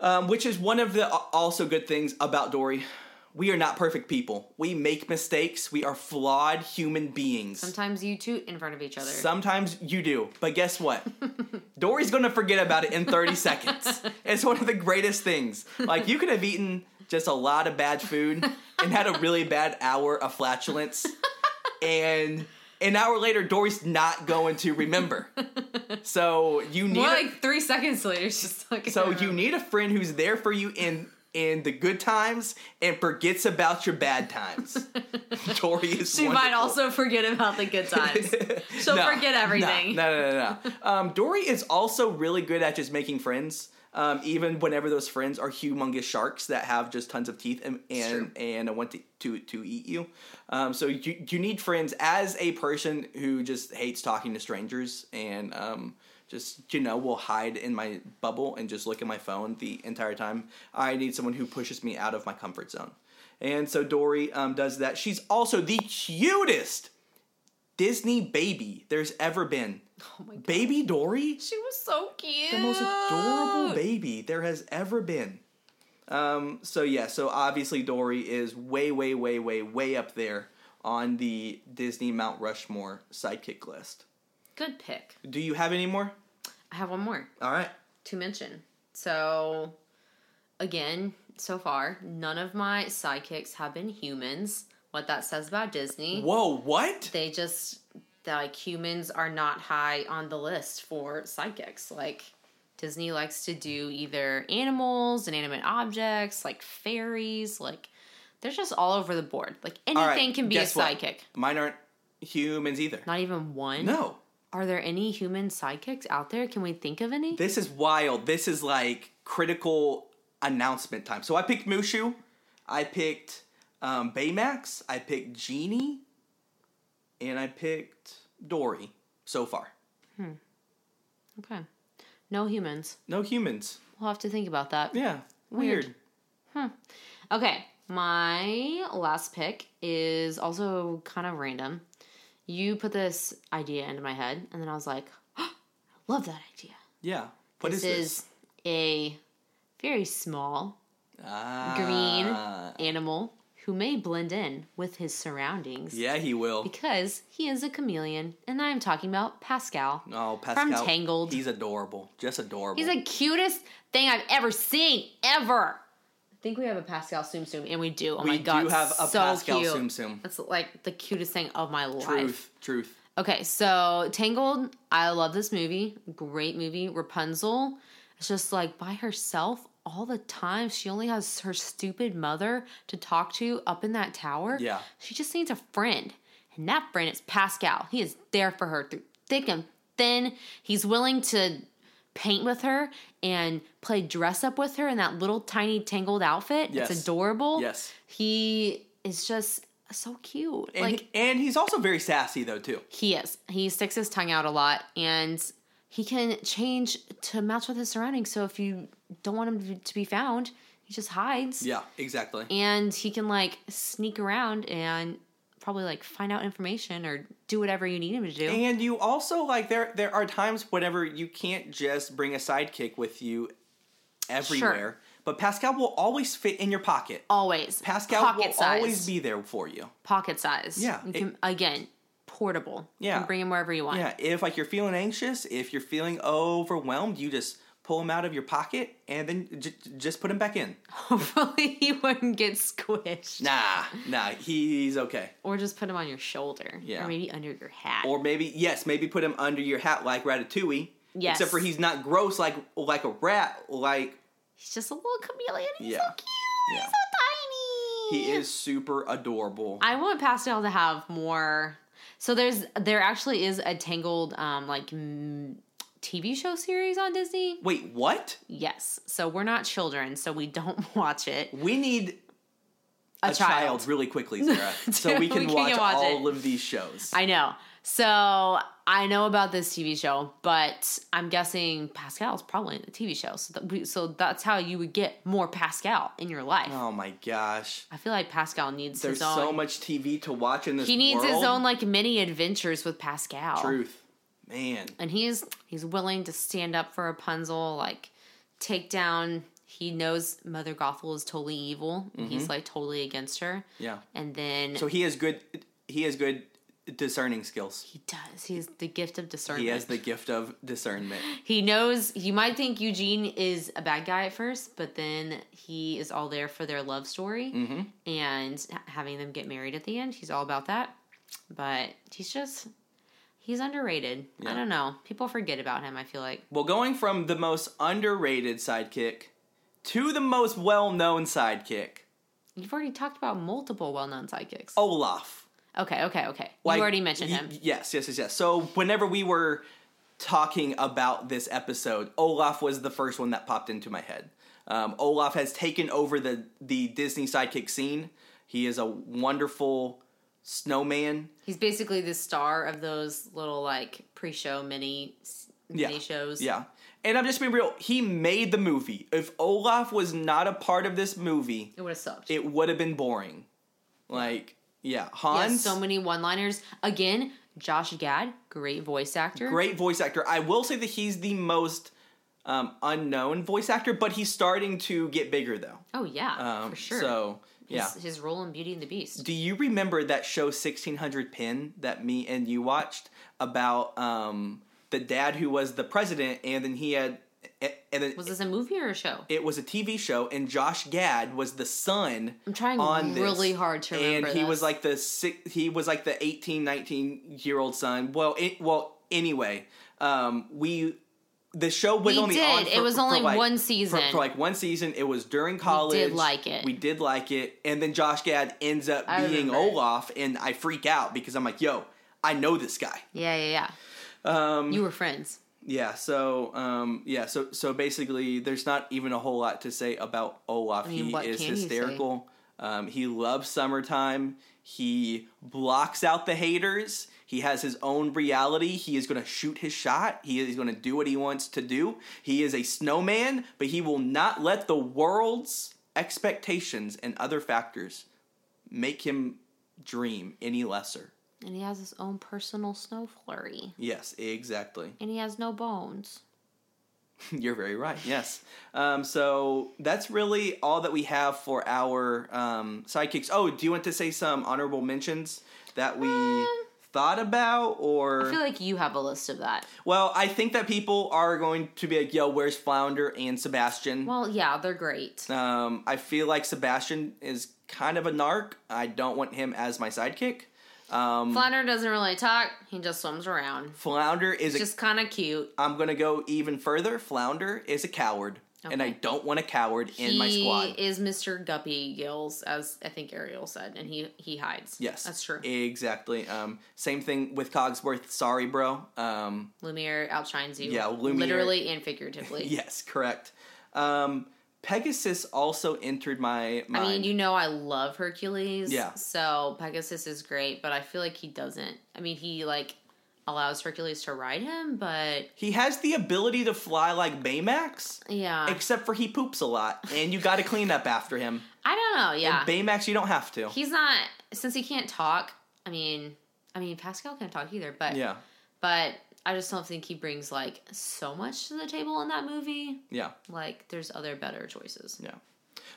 A: Um, which is one of the a- also good things about Dory. We are not perfect people. We make mistakes. We are flawed human beings. Sometimes,
B: Sometimes you two in front of each other.
A: you do. But
B: *laughs*
A: guess what? Dory's going to forget about it in 30 seconds. It's one of the greatest things. Like, you could have eaten just a lot of bad food and had a really bad hour of flatulence. And an hour later, Dory's not going to
B: *laughs*
A: remember. So, you need.
B: More
A: a-
B: like three seconds later, she's just like.
A: so you need a friend who's there for you in in the good times and forgets about your
B: *laughs*
A: bad times. Tori is.
B: She might
A: *laughs*
B: also forget about the good times. She'll forget everything.
A: No, no, no,
B: *laughs*
A: no. Um, Dory is also really good at just making friends. Um, even whenever those friends are humongous sharks that have just tons of teeth and and, and want to, to to eat you, um, so you you need friends as a person who just hates talking to strangers and um, just you know will hide in my bubble and just look at my phone the entire time. I need someone who pushes me out of my comfort zone, and so Dory um, does that. She's also the cutest Disney baby there's ever been.
B: Oh my god.
A: Baby Dory?
B: She was so cute.
A: The most adorable baby there has ever been. Um, so yeah, so obviously Dory is way, way, way, way, way up there on the Disney Mount Rushmore sidekick list.
B: Good pick.
A: Do you have any more?
B: I have one more.
A: All right.
B: to mention. So, again, so far, none of my sidekicks have been humans. What that says about Disney,
A: Whoa, what?
B: they just, like, humans are not high on the list for sidekicks. Like, Disney likes to do either animals, inanimate objects, like fairies, like they're just all over the board. Like anything
A: right,
B: can be a
A: guess what?
B: sidekick.
A: Mine aren't humans either.
B: Not even one.
A: No.
B: Are there any human sidekicks out there? Can we think of any?
A: This is wild. This is like critical announcement time. So I picked Mushu. I picked um, Baymax. I picked Genie. And I picked Dory so far.
B: okay. No humans.
A: No humans.
B: We'll have to think about that.
A: Yeah.
B: Weird.
A: Weird.
B: Okay, my last pick is also kind of random. You put this idea into my head, and then I was like, *gasps* I love that idea.
A: Yeah. What is
B: This is a very small green
A: Ah.
B: animal who may blend in with his surroundings
A: Yeah, he will.
B: because he is a chameleon, and I'm talking about Pascal.
A: Oh, Pascal.
B: Tangled.
A: He's adorable. Just adorable.
B: He's the cutest thing I've ever seen, ever. I think we have a Pascal Tsum Tsum, and we do. Oh
A: we
B: my god,
A: do have a
B: so
A: Pascal
B: cute.
A: Tsum Tsum.
B: That's like the cutest thing of my life.
A: Truth. Truth.
B: Okay, so Tangled, I love this movie. Great movie. Rapunzel is just like by herself all the time. She only has her stupid mother to talk to up in that tower.
A: Yeah.
B: She just needs a friend. And that friend is Pascal. He is there for her through thick and thin. He's willing to paint with her and play dress up with her in that little tiny tangled outfit.
A: Yes.
B: It's adorable.
A: Yes.
B: He is just so cute.
A: And, and he's also very sassy, though, too.
B: He is. He sticks his tongue out a lot and he can change to match with his surroundings. So if you don't want him to be- to be found, he just hides.
A: Yeah, exactly.
B: And he can like sneak around and probably like find out information or do whatever you need him to do.
A: And you also like there there are times whenever you can't just bring a sidekick with you everywhere. But Pascal will always fit in your pocket.
B: always.
A: Pascal will
B: size.
A: always be there for you.
B: pocket size.
A: Yeah,
B: You
A: it-
B: can, again, portable. You
A: Yeah.
B: can bring him wherever you want.
A: Yeah, if like you're feeling anxious, if you're feeling overwhelmed, you just pull him out of your pocket and then j- j- just put him back in.
B: *laughs* Hopefully he wouldn't get squished.
A: Nah, nah, he's okay.
B: Or just put him on your shoulder.
A: Yeah.
B: Or maybe under your hat.
A: Or maybe yes, maybe put him under your hat like Ratatouille.
B: Yes.
A: Except for he's not gross like like a rat like
B: He's just a little chameleon. He's so
A: Yeah.
B: cute.
A: Yeah.
B: He's so tiny.
A: he is super adorable.
B: I want Pastel to have more. So there's there actually is a Tangled um like mm, TV show series on Disney.
A: Wait, what?
B: Yes. So we're not children, so we don't *laughs* watch it.
A: We need
B: A,
A: a child.
B: *laughs*
A: really quickly, Sarah, so we
B: We
A: can
B: can
A: watch,
B: watch
A: all
B: it.
A: of these shows.
B: I know. So I know about this TV show, but I'm guessing Pascal's probably in the TV show. So that we, so that's how you would get more Pascal in your life.
A: oh my gosh,
B: I feel like Pascal needs
A: there's
B: his own.
A: so much TV to watch in this.
B: he needs his
A: world.
B: own like mini adventures with Pascal.
A: truth, man.
B: and he's he's willing to stand up for Rapunzel, like take down. He knows Mother Gothel is totally evil. and He's like totally against her,
A: Yeah.
B: and then
A: Mm-hmm. So he has good. He has good discerning skills.
B: he does. He has the gift of discernment.
A: He has the gift of discernment.
B: He knows. You might think Eugene is a bad guy at first, but then he is all there for their love story
A: Mm-hmm.
B: and ha- having them get married at the end. He's all about that, but he's just. He's underrated. I
A: Yeah.
B: don't know. People forget about him, I feel like.
A: Well, going from the most underrated sidekick to the most well-known sidekick,
B: You've already talked about multiple well known sidekicks.
A: Olaf.
B: Okay, okay, okay.
A: Oh. Like,
B: you already mentioned
A: y-
B: him.
A: Yes, yes, yes, yes. So whenever we were talking about this episode, Olaf was the first one that popped into my head. Um, Olaf has taken over the the Disney sidekick scene. He is a wonderful snowman.
B: He's basically the star of those little like pre-show mini s-
A: Yeah.
B: mini shows.
A: Yeah. And I'm just being real, he made the movie. If Olaf was not a part of this movie,
B: it would have sucked.
A: it would have been boring. Like, yeah,
B: He has
A: Hans,
B: so many one-liners. Again, Josh Gad, great voice actor.
A: great voice actor. I will say that he's the most um, unknown voice actor, but he's starting to get bigger though.
B: Oh yeah,
A: Um,
B: for sure.
A: So yeah.
B: his, his role in Beauty and the Beast.
A: Do you remember that show 1600 Pin that me and you watched about um, the dad who was the president, and then he had, and then
B: Was this a movie or a show?
A: it was a TV show, and Josh Gad was the son.
B: I'm trying
A: on this,
B: really hard to remember.
A: and he was
B: this.
A: like the six, he was like the 18 19 year old son well it, well anyway um we the show was
B: We
A: only
B: did.
A: on for-
B: It was
A: for
B: only
A: like-
B: one
A: for-
B: season.
A: for, like one season. It was during college.
B: like it.
A: We did like it, and then Josh Gad ends up
B: I
A: being
B: remember it.
A: Olaf, and I freak out because I'm like, "Yo, I know this guy."
B: Yeah, yeah, yeah. Um, you were friends.
A: Yeah. So, um, yeah. So, so basically, there's not even a whole lot to say about Olaf.
B: mean, what
A: he is
B: can you say?
A: hysterical. Um, he loves summertime. He blocks out the haters. He has his own reality. He is going to shoot his shot. He is going to do what he wants to do. He is a snowman, but he will not let the world's expectations and other factors make him dream any lesser.
B: And he has his own personal snow flurry.
A: Yes, exactly.
B: And he has no bones.
A: *laughs* You're very right. Yes. Um, so that's really all that we have for our um, sidekicks. Oh, do you want to say some honorable mentions that we thought about, or
B: Um, I feel like you have a list of that.
A: well, I think that people are going to be like, "Yo, where's Flounder and Sebastian?"
B: Well, yeah, they're great.
A: um, I feel like Sebastian is kind of a narc. I don't want him as my sidekick. Um,
B: Flounder doesn't really talk. He just swims around.
A: Flounder is.
B: Just kind of cute.
A: a, I'm gonna go even further. Flounder is a coward, and I
B: Okay.
A: don't want a coward in my
B: he
A: squad.
B: is Mr. Guppy Gills, as I think Ariel said, and he he hides.
A: Yes,
B: that's true.
A: Exactly. Um, same thing with Cogsworth. Sorry, bro. Um,
B: Lumiere outshines you.
A: Yeah, Lumiere-
B: literally and
A: *laughs*
B: figuratively.
A: yes, correct. Um, Pegasus also entered my
B: I
A: mind.
B: mean, you know, I love Hercules.
A: Yeah.
B: So Pegasus is great, but I feel like he doesn't. I mean, he like allows Hercules to ride him, but
A: he has the ability to fly like Baymax,
B: yeah,
A: except for he poops a lot, and you got to clean up after him.
B: I don't know. Yeah,
A: Baymax, you don't have to.
B: he's not since he can't talk. I mean, I mean Pascal can't talk either, but
A: yeah,
B: but I just don't think he brings like so much to the table in that movie.
A: yeah.
B: Like, there's other better choices.
A: Yeah.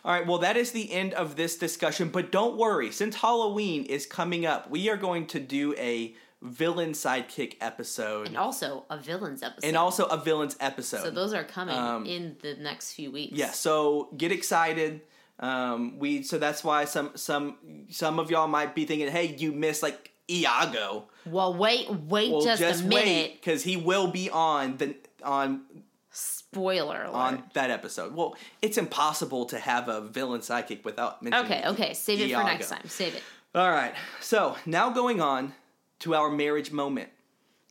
A: All right, well, that is the end of this discussion, but don't worry, since Halloween is coming up, we are going to do a villain sidekick episode
B: And also a villains episode.
A: and also a villains episode.
B: so those are coming
A: um,
B: in the next few weeks.
A: yeah so get excited um we so that's why some some some of y'all might be thinking hey you missed like iago
B: Well, wait, wait
A: well
B: just,
A: just,
B: a minute.
A: because he will be on the on
B: Spoiler alert.
A: on that episode well it's impossible to have a villain psychic without mentioning
B: Okay, okay. Save it for next
A: Iago.
B: time. Save it.
A: all right so now going on to our marriage moment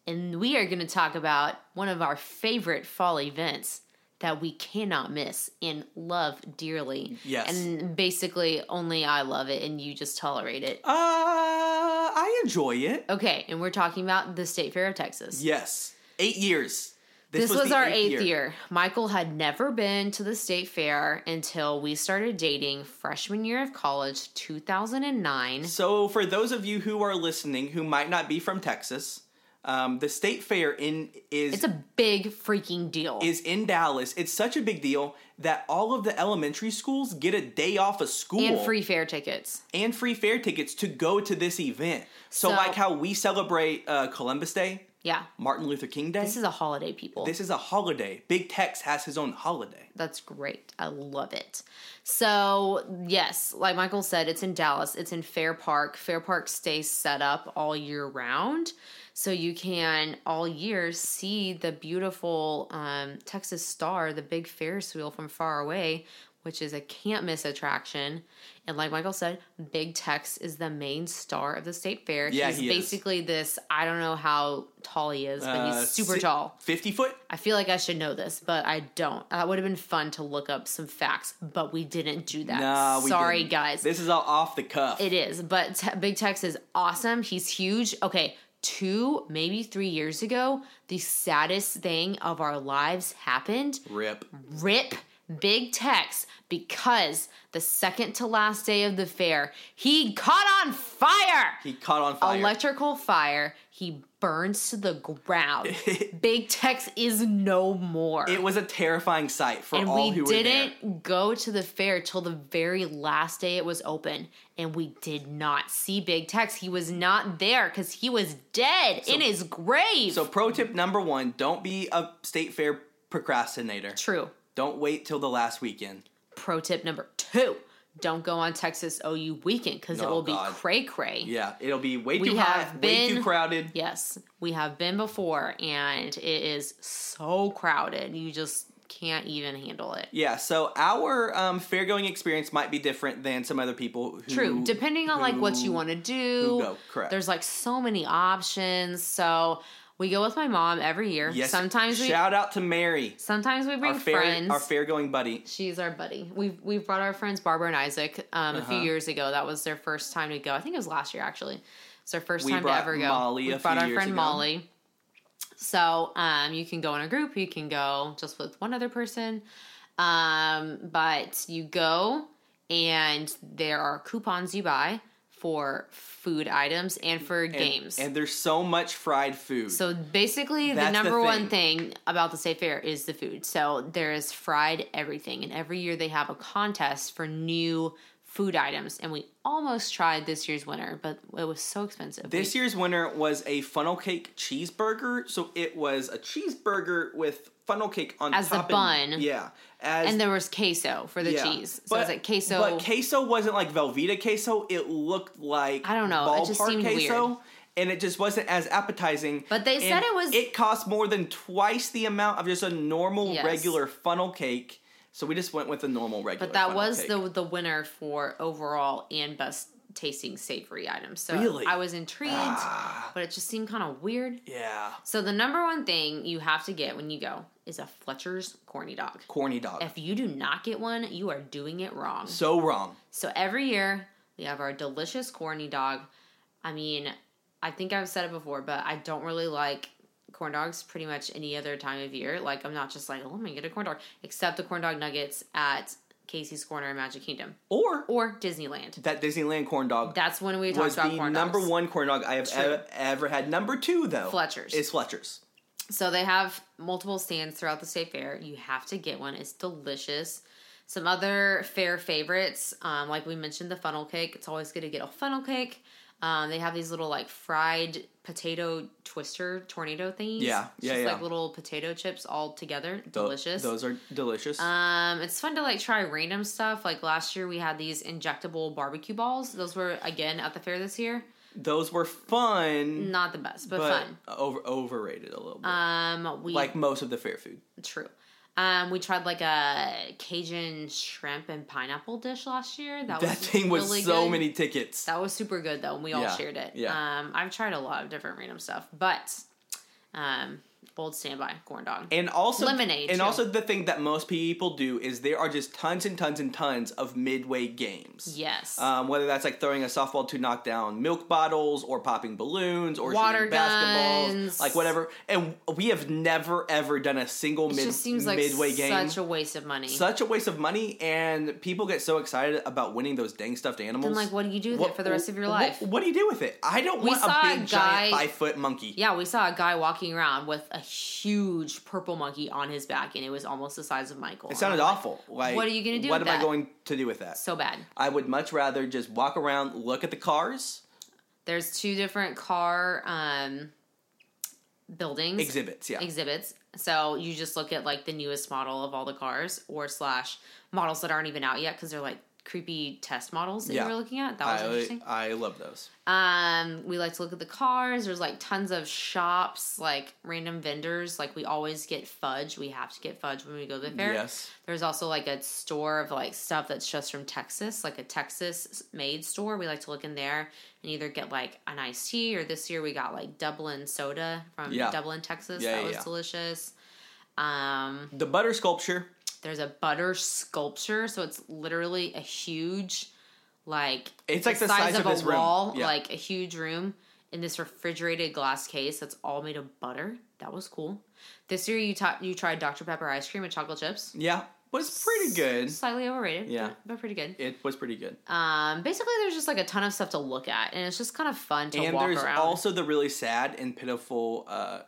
B: And we are going to talk about one of our favorite fall events that we cannot miss and love dearly.
A: Yes.
B: And basically, only I love it and you just tolerate it.
A: uh i enjoy it
B: Okay, and we're talking about the State Fair of Texas.
A: yes eight years
B: This, was,
A: the
B: our eighth year. Michael had never been to the state fair until we started dating freshman year of college, 2009.
A: So, for those of you who are listening who might not be from Texas, um, the state fair in is
B: It's a big freaking deal.
A: is in Dallas. It's such a big deal that all of the elementary schools get a day off of school
B: and free fair tickets.
A: and free fair tickets to go to this event. So,
B: So-
A: like how we celebrate uh, Columbus Day,
B: Yeah.
A: Martin Luther King Day.
B: This is a holiday, people.
A: this is a holiday. Big Tex has his own holiday.
B: That's great. I love it. So, yes, like Michael said, it's in Dallas. It's in Fair Park. Fair Park stays set up all year round. So you can all year see the beautiful um, Texas Star, the big Ferris wheel from far away, which is a can't miss attraction. And like Michael said, Big Tex is the main star of the state fair.
A: Yeah,
B: he's
A: he is.
B: basically this I don't know how tall he is, but
A: Uh,
B: he's super
A: si-
B: tall.
A: 50 foot?
B: I feel like I should know this, but I don't. That would have been fun to look up some facts, but we didn't do that.
A: Nah, we
B: Sorry,
A: didn't.
B: guys.
A: This is all off the cuff.
B: it is, but Te- Big Tex is awesome. He's huge. Okay, two, maybe three years ago, the saddest thing of our lives happened.
A: Rip.
B: Rip Big Tex because the second to last day of the fair, he caught on fire
A: He caught on fire.
B: electrical fire. He burns to the
A: *laughs*
B: ground. Big Tex is no more.
A: it was a terrifying sight for
B: and
A: all
B: we
A: who were there.
B: didn't go to the fair till the very last day it was open, and we did not see Big Tex. He was not there because he was dead in his grave.
A: So, pro tip number one don't be a state fair procrastinator.
B: true.
A: Don't wait till the last weekend.
B: Pro tip number two: Don't go on Texas OU weekend because it
A: Oh,
B: will
A: God.
B: be cray cray.
A: Yeah, it'll be way
B: We
A: too
B: have
A: hot, way
B: been-
A: too crowded.
B: Yes, we have been before, and it is so crowded. You just can't even handle it.
A: Yeah, so our um, fair going experience might be different than some other people. Who,
B: True, depending on like what you want to do.
A: who go, correct.
B: There's like so many options. So we go with my mom every year.
A: Yes.
B: sometimes we
A: shout out to Mary,
B: sometimes we
A: our
B: bring
A: fair
B: friends.
A: our fair going buddy.
B: She's our buddy. We've we've brought our friends Barbara and Isaac um, a few
A: Uh-huh.
B: years ago. That was their first time to go. I think it was last year actually. It's their first
A: We
B: time to
A: brought
B: ever go.
A: Molly
B: we
A: a
B: brought
A: few
B: our
A: years
B: friend
A: ago.
B: Molly. So um, you can go in a group. You can go just with one other person. Um, but you go and there are coupons you buy for food items and for
A: And-
B: games.
A: and there's so much fried food.
B: So basically,
A: That's
B: the
A: the
B: number one thing about the state fair is the food. So there is fried everything, and every year they have a contest for new food items. And we almost tried this year's winner, but it was so expensive.
A: This year's winner was a funnel cake cheeseburger. So it was a cheeseburger with funnel cake on
B: As the
A: top
B: bun.
A: And, yeah, as
B: and there was queso for the
A: yeah.
B: cheese. So it's like queso.
A: But queso wasn't like Velveeta queso. It looked like
B: I don't know, it just
A: ballpark
B: seemed
A: queso,
B: weird.
A: and it just wasn't as appetizing.
B: But they said
A: And
B: it was-
A: It cost more than twice the amount of just a normal
B: Yes.
A: regular funnel cake. So we just went with a normal regular.
B: but that
A: funnel
B: was
A: cake.
B: the the winner for overall and best tasting savory items. So
A: Really? Ah.
B: I was intrigued, but it just seemed kind of weird.
A: yeah
B: So the number one thing you have to get when you go is a Fletcher's corny dog.
A: corny dog.
B: If you do not get one, you are doing it wrong. So,
A: so wrong.
B: every year we have our delicious corny dog. I mean, I think I've said it before, but I don't really like corn dogs pretty much any other time of year. Like I'm not just like, oh, I'm gonna get a corn dog, except the corn dog nuggets at Casey's Corner in Magic Kingdom
A: Or
B: or Disneyland.
A: that Disneyland corn dog
B: That's when we talked
A: was
B: about
A: the
B: corn
A: number
B: dogs.
A: one corn dog I have ever, ever had. Number two though,
B: Fletcher's.
A: is Fletcher's.
B: So they have multiple stands throughout the state fair. You have to get one. It's delicious. Some other fair favorites, um, like we mentioned, the funnel cake. It's always good to get a funnel cake. Um, they have these little like fried potato twister tornado thingies.
A: Yeah,
B: It's
A: yeah,
B: just
A: yeah.
B: like little potato chips all together.
A: Tho-
B: Delicious.
A: Those are delicious.
B: um, it's fun to like try random stuff. Like last year, we had these injectable barbecue balls. Those were again at the fair this year.
A: those were fun,
B: Not the best, Mm, but,
A: but
B: fun.
A: over overrated a little bit.
B: Um, we
A: like most of the fair food.
B: True. Um, we tried like a Cajun shrimp and pineapple dish last year. That, was
A: That thing was
B: really
A: so
B: good.
A: many tickets.
B: That was super good though. and We all
A: Yeah,
B: shared it.
A: yeah.
B: Um, I've tried a lot of different random stuff, but um, bold standby corn dog.
A: and also
B: Lemonade,
A: And
B: too.
A: also the thing that most people do is there are just tons and tons and tons of midway games.
B: yes.
A: Um, whether that's like throwing a softball to knock down milk bottles or popping balloons or
B: Water
A: shooting basketballs,
B: guns.
A: like whatever. And we have never ever done a single
B: it
A: mid,
B: just seems like
A: midway
B: such a
A: game.
B: waste of money.
A: such a waste of money, and people get so excited about winning those dang stuffed animals.
B: then like, what do you do with it for the rest of your
A: what-
B: life?
A: What, do you do with it? I don't
B: We
A: want
B: saw
A: a
B: a
A: big
B: guy-
A: giant five foot monkey.
B: yeah, we saw a guy walking around with a huge purple monkey on his back, and it was almost the size of Michael.
A: It sounded awful. Like,
B: what are you gonna do
A: What
B: with
A: am
B: that?
A: I going to do with that?
B: So bad.
A: I would much rather just walk around, look at the cars,
B: There's two different car um, buildings.
A: exhibits. Yeah,
B: exhibits. So you just look at like the newest model of all the cars, or slash models that aren't even out yet because they're like creepy test models that
A: Yeah.
B: you were looking at. That was
A: I
B: interesting.
A: I love those.
B: Um, we like to look at the cars. There's like tons of shops, like random vendors. Like we always get fudge. We have to get fudge when we go to the fair.
A: Yes.
B: There's also like a store of like stuff that's just from Texas, like a Texas made store. We like to look in there and either get like an iced tea or this year we got like Dublin soda from
A: Yeah.
B: Dublin, Texas.
A: Yeah,
B: that
A: yeah,
B: was
A: yeah.
B: delicious. Um,
A: The butter sculpture.
B: there's a butter sculpture, so it's literally a huge, like
A: It's like the size of this
B: a
A: room.
B: wall,
A: Yeah.
B: like a huge room in this refrigerated glass case that's all made of butter. That was cool. This year you ta- you tried Dr Pepper ice cream and chocolate chips.
A: Yeah, was pretty good.
B: Slightly overrated,
A: Yeah.
B: but, but pretty good.
A: It was pretty good.
B: Um, basically, there's just like a ton of stuff to look at, and it's just kind of fun to
A: and
B: walk
A: there's
B: around.
A: also the really sad and pitiful uh,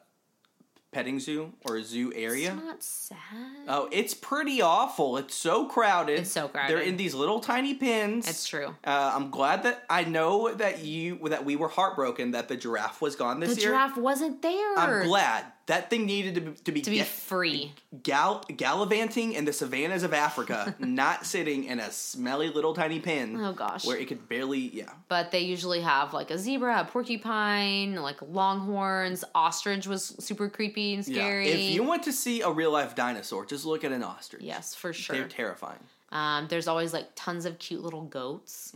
A: petting zoo or zoo area.
B: it's not sad.
A: Oh, it's pretty awful. It's so crowded.
B: It's so crowded.
A: They're in these little tiny pins.
B: It's true.
A: Uh, I'm glad that I know that you that we were heartbroken that the giraffe was gone
B: The
A: this year.
B: giraffe wasn't there.
A: I'm glad That thing needed to be, to be,
B: to be
A: ga-
B: free.
A: gal- gallivanting in the savannas
B: *laughs*
A: of Africa, not sitting in a smelly little tiny pen.
B: Oh, gosh.
A: where it could barely yeah.
B: But they usually have like a zebra, a porcupine, like longhorns. Ostrich was super creepy and scary.
A: Yeah. If you want to see a real life dinosaur, just look at an ostrich.
B: yes, for
A: They're
B: sure.
A: terrifying.
B: Um, there's always like tons of cute little goats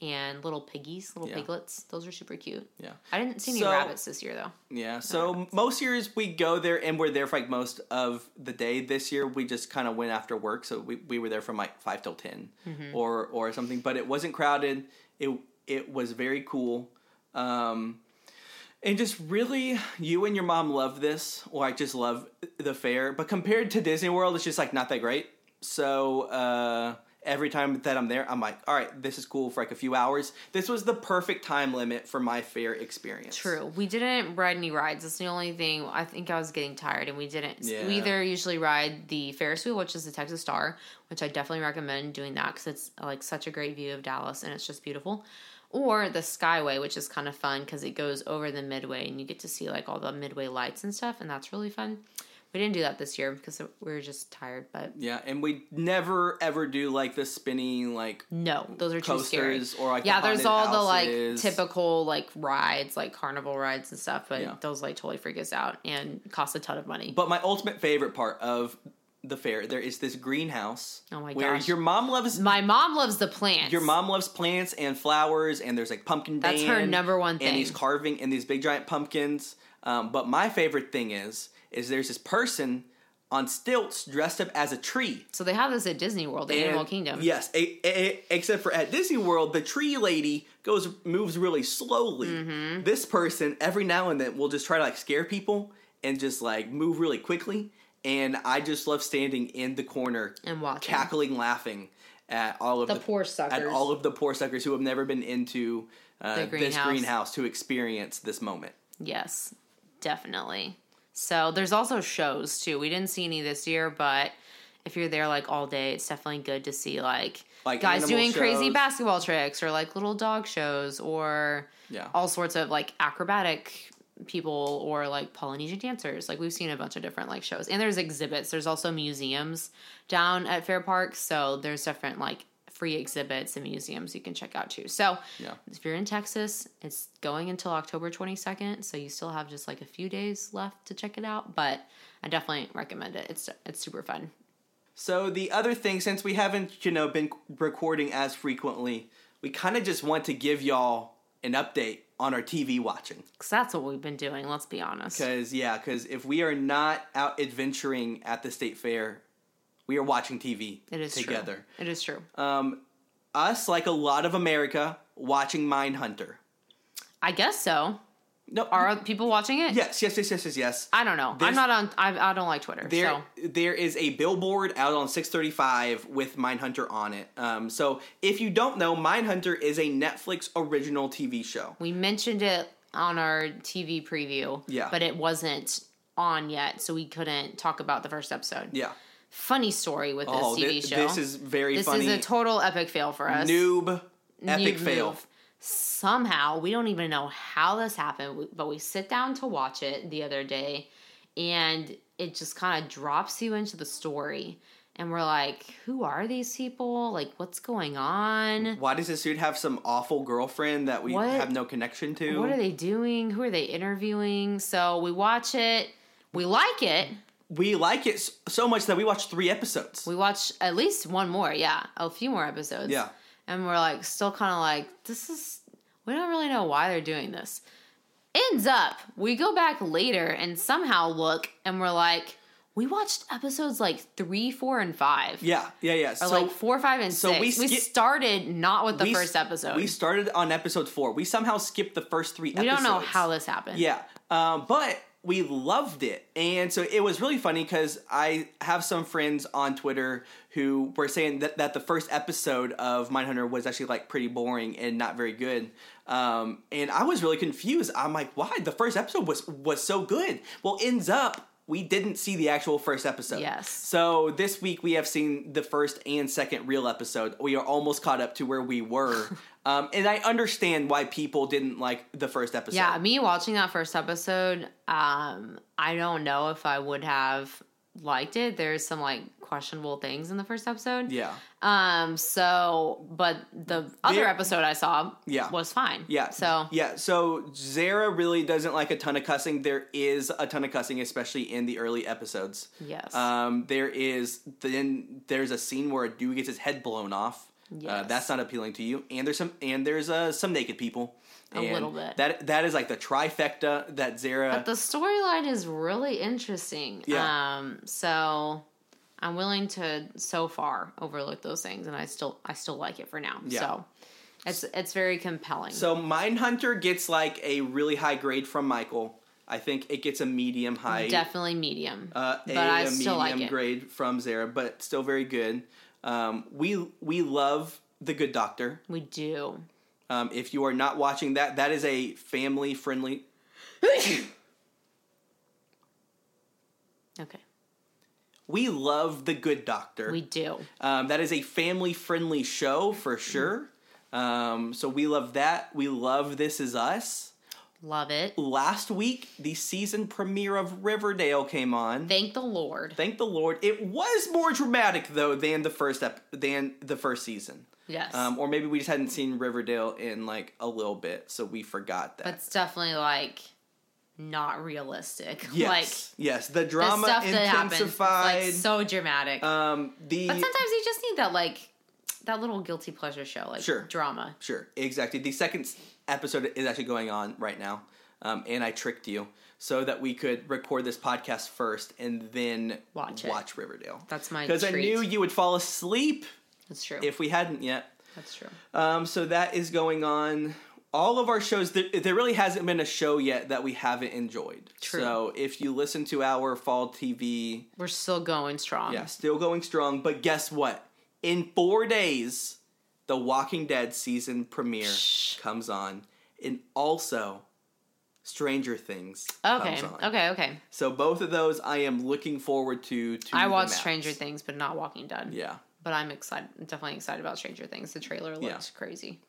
B: and little piggies, little
A: Mm-hmm. Yeah.
B: piglets. Those are super cute.
A: Yeah.
B: I didn't see any
A: So-
B: rabbits this year though.
A: Yeah. So most years we go there and we're there for like most of the day. This year we just kind of went after work, so we, we were there from like five till 10 or or something. But it wasn't crowded. It it was very cool. Um, and just really, you and your mom love this, or I just love the fair. But compared to Disney World, it's just like not that great. So uh, every time that I'm there, I'm like, all right, this is cool for like a few hours. This was the perfect time limit for my fair experience.
B: True. We didn't ride any rides. That's the only thing. I think I was getting tired, and we didn't.
A: Yeah.
B: We either usually ride the Ferris wheel, which is the Texas Star, which I definitely recommend doing that because it's like such a great view of Dallas and it's just beautiful. Or the Skyway, which is kind of fun because it goes over the Midway and you get to see like all the Midway lights and stuff, and that's really fun. We didn't do that this year because we were just tired, but
A: Yeah, and we never ever do like the spinning like
B: No, those are too scary.
A: coasters or, like, the
B: yeah, there's
A: haunted
B: all
A: houses.
B: the like typical like rides, like carnival rides and stuff, but
A: Yeah.
B: those like totally freak us out and cost a ton of money.
A: but my ultimate favorite part of the fair there is this greenhouse
B: Oh my
A: where
B: gosh.
A: your mom loves
B: My mom loves the plants.
A: your mom loves plants and flowers and there's like pumpkin
B: That's her
A: band,
B: number one
A: and
B: thing.
A: he's carving and these big giant pumpkins um, but my favorite thing is is there's this person on stilts dressed up as a tree
B: So they have this at Disney World, the Animal
A: And-
B: Kingdom.
A: Yes, a, a- except for at Disney World, the tree lady goes moves really slowly.
B: Mm-hmm.
A: This person every now and then will just try to like scare people and just like move really quickly. And I just love standing in the corner
B: And watching.
A: cackling, laughing at all of
B: The poor
A: at
B: suckers.
A: all of the poor suckers who have never been into uh,
B: The
A: this
B: greenhouse.
A: greenhouse to experience this moment.
B: Yes, definitely. So there's also shows too. We didn't see any this year, but if you're there like all day, it's definitely good to see like,
A: Like
B: guys
A: animal
B: doing crazy
A: shows.
B: basketball tricks or like little dog shows or
A: Yeah.
B: all sorts of like acrobatic people or like Polynesian dancers. Like we've seen a bunch of different like shows. And there's exhibits. There's also museums down at Fair Park, so there's different like free exhibits and museums you can check out too. So
A: Yeah.
B: if you're in Texas, it's going until October 22nd, so you still have just like a few days left to check it out, but I definitely recommend it. It's it's super fun.
A: So the other thing, since we haven't, you know, been recording as frequently, we kind of just want to give y'all an update on our TV watching.
B: Cuz that's what we've been doing, let's be honest.
A: Because yeah, because if we are not out adventuring at the state fair, we are watching TV
B: It is
A: together.
B: True. It is true.
A: Um, us, like a lot of America, watching Mindhunter.
B: I guess so.
A: No,
B: Are people watching it?
A: yes, yes, yes, yes, yes, yes.
B: I don't know.
A: There's-
B: I'm not on. I, I don't like Twitter. so
A: There, there is a billboard out on 635 with Mindhunter on it. Um, so if you don't know, Mindhunter is a Netflix original TV show.
B: we mentioned it on our TV preview.
A: Yeah.
B: But it wasn't on yet, so we couldn't talk about the first episode.
A: Yeah.
B: Funny story with this
A: Oh,
B: TV
A: thi-
B: show.
A: this is very
B: This
A: funny.
B: is a total epic fail for us.
A: noob epic
B: Noob
A: fail.
B: move. Somehow we don't even know how this happened, but we sit down to watch it the other day, and it just kind of drops you into the story, and we're like, "Who are these people? Like, what's going on?"
A: Why does this dude have some awful girlfriend that we
B: What?
A: have no connection to?
B: What are they doing? Who are they interviewing? So we watch it. We like it.
A: we like it s- so much that we watched three episodes.
B: We watch at least one more. Yeah, a few more episodes.
A: Yeah.
B: And we're like, still kind of like, this is, we don't really know why they're doing this. Ends up, we go back later and somehow look and we're like, we watched episodes like three, four, and five.
A: yeah, yeah, yeah.
B: Or
A: So
B: like four, five, and
A: so
B: six.
A: we
B: We,
A: skip-
B: started not with the
A: we s-
B: first episode.
A: We
B: We,
A: started on episode four. We somehow skipped the first three. We
B: don't know how this happened.
A: Yeah, um, but we loved it, and so it was really funny because I have some friends on Twitter who were saying that, that the first episode of Mindhunter was actually like pretty boring and not very good. Um, and I was really confused. I'm like, why the first episode was was so good? Well, ends up we didn't see the actual first episode.
B: Yes.
A: So this week we have seen the first and second real episode. We are almost caught up to where
B: *laughs*
A: we were. um, and I understand why people didn't like the first episode.
B: Yeah, me watching that first episode, um, I don't know if I would have liked it. There's some like questionable things in the first episode.
A: Yeah.
B: Um, so but the other episode I saw
A: Yeah.
B: was fine.
A: Yeah.
B: So
A: yeah, so Zara really doesn't like a ton of cussing. There is a ton of cussing, especially in the early episodes.
B: Yes.
A: Um, there is then there's a scene where a dude gets his head blown off. Uh,
B: Yes.
A: that's not appealing to you. And there's some and there's uh, some naked people.
B: A
A: And
B: little bit.
A: That that is like the trifecta that Zara.
B: But the storyline is really interesting.
A: Yeah.
B: Um, so I'm willing to so far overlook those things and I still I still like it for now.
A: Yeah.
B: So it's it's very compelling.
A: So Mindhunter gets like a really high grade from Michael. I think it gets a medium high.
B: Definitely medium.
A: uh, a,
B: but I
A: a
B: still like
A: medium
B: it.
A: grade from Zara, but still very good. Um, we we love the Good Doctor.
B: We do.
A: Um, if you are not watching that, that is a family friendly.
B: Okay.
A: We love the Good Doctor.
B: We do.
A: Um, that is a family friendly show for
B: Mm-hmm.
A: sure. Um, so we love that. We love This Is Us.
B: Love it.
A: Last week, the season premiere of Riverdale came on.
B: Thank the Lord.
A: Thank the Lord. It was more dramatic though than the first ep- than the first season.
B: yes.
A: Um, or maybe we just hadn't seen Riverdale in like a little bit, so we forgot that.
B: but it's definitely like not realistic. *laughs*
A: yes, yes, the
B: Like the
A: drama
B: stuff that happens it's,
A: intensified.
B: like so dramatic.
A: um, the
B: But sometimes you just need that like that little guilty pleasure show, like
A: Sure.
B: drama.
A: sure, exactly. The second s- episode is actually going on right now, um, and I tricked you so that we could record this podcast first and then
B: Watch it.
A: watch Riverdale.
B: That's my
A: because I
B: treat.
A: knew you would fall asleep
B: That's true.
A: if we hadn't yet.
B: That's true.
A: Um, so that is going on. All of our shows, there, there really hasn't been a show yet that we haven't enjoyed.
B: True.
A: So if you listen to our fall TV,
B: We're still going strong.
A: yeah, still going strong. But guess what? In four days, The Walking Dead season premiere
B: Shh.
A: comes on, and also Stranger Things
B: Okay.
A: comes on.
B: Okay. Okay.
A: So both of those I am looking forward to. to
B: I
A: the
B: watched
A: max.
B: Stranger Things, but not Walking Dead.
A: Yeah.
B: But I'm excited. Definitely excited about Stranger Things. The trailer looks crazy.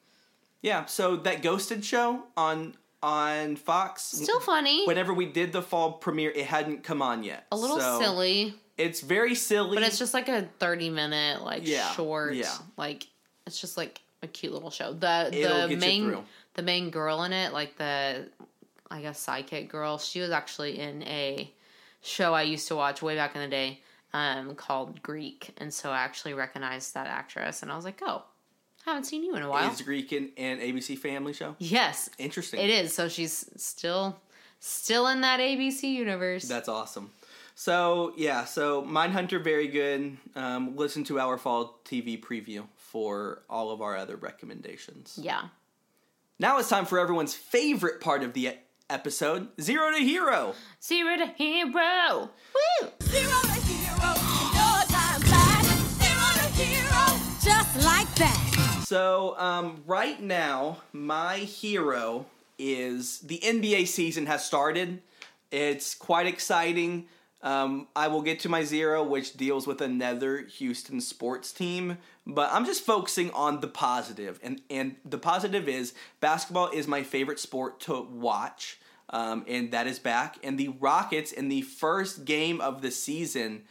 A: Yeah. So that Ghosted show on on Fox
B: Still funny.
A: whenever we did the fall premiere, it hadn't come on yet.
B: a little
A: So,
B: silly,
A: It's very silly.
B: but it's just like a 30 minute, like
A: Yeah,
B: short.
A: yeah.
B: Like it's just like a cute little show. The
A: It'll get
B: the
A: you
B: main
A: through.
B: the main girl in it, like the I guess sidekick girl, she was actually in a show I used to watch way back in the day um, called Greek, and so I actually recognized that actress, and I was like, oh, haven't seen you in a while.
A: is Greek an, an ABC Family show?
B: yes,
A: Interesting.
B: it is. So she's still still in that ABC universe.
A: That's awesome. So yeah, so Mindhunter very good. Um, listen to our fall TV preview for all of our other recommendations.
B: yeah.
A: Now it's time for everyone's favorite part of the e- episode: Zero to Hero.
B: Zero to hero. Woo!
C: Zero to hero, no time flat. Zero to hero, just like that.
A: So, um, right now, my hero is the NBA season has started. It's quite exciting. Um, I will get to my zero, which deals with another Houston sports team, but I'm just focusing on the positive, and and the positive is basketball is my favorite sport to watch, um, and that is back. And the Rockets in the first game of the season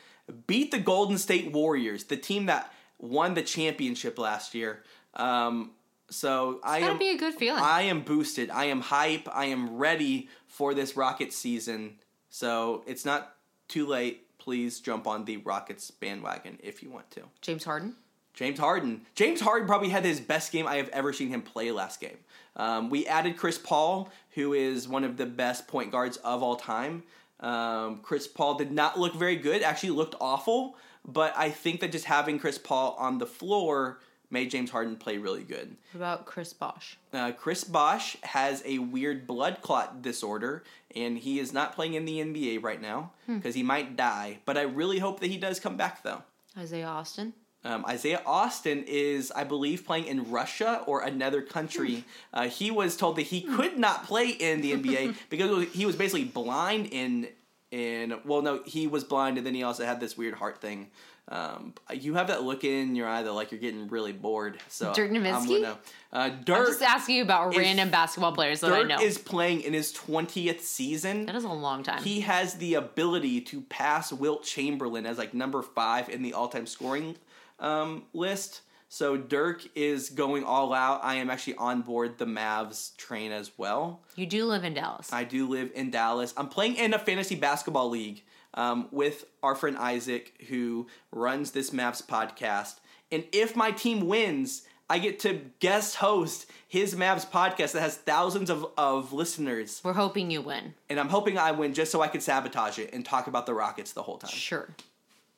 A: beat the Golden State Warriors, the team that won the championship last year. Um, so I
B: Gotta
A: am
B: be a good *laughs* feeling.
A: um, I am boosted. I am hype. I am ready for this Rockets season. So it's not too late. Please jump on the Rockets bandwagon if you want to.
B: James Harden.
A: James Harden. James Harden probably had his best game I have ever seen him play last game. Um, we added Chris Paul, who is one of the best point guards of all time. Um, Chris Paul did not look very good, actually looked awful, but I think that just having Chris Paul on the floor made James Harden play really good.
B: What about Chris Bosch?
A: Uh, Chris Bosch has a weird blood clot disorder, and he is not playing in the NBA right now
B: Hmm.
A: because he might die. But I really hope that he does come back, though.
B: Isaiah Austin.
A: Um, Isaiah Austin is, I believe, playing in Russia or another country.
B: Hmm. *laughs*
A: uh, he was told that he could not play in the NBA because he was basically blind in in well, no, he was blind, and then he also had this weird heart thing. Um, you have that look in your eye that like you're getting really bored. So
B: Dirk
A: I'm
B: Nowitzki?
A: gonna- uh,
B: I'm
A: Dirk
B: just asking you about
A: is-
B: random basketball players that I know.
A: Dirk is playing in his twentieth season.
B: that is a long time.
A: He has the ability to pass Wilt Chamberlain as like number five in the all-time scoring um, list. So Dirk is going all out. I am actually on board the Mavs train as well.
B: you do live in Dallas.
A: I do live in Dallas. I'm playing in a fantasy basketball league um, with our friend Isaac, who runs this Mavs podcast. And if my team wins, I get to guest host his Mavs podcast that has thousands of, of listeners
B: We're hoping you win.
A: and I'm hoping I win just so I can sabotage it and talk about the Rockets the whole time.
B: Sure.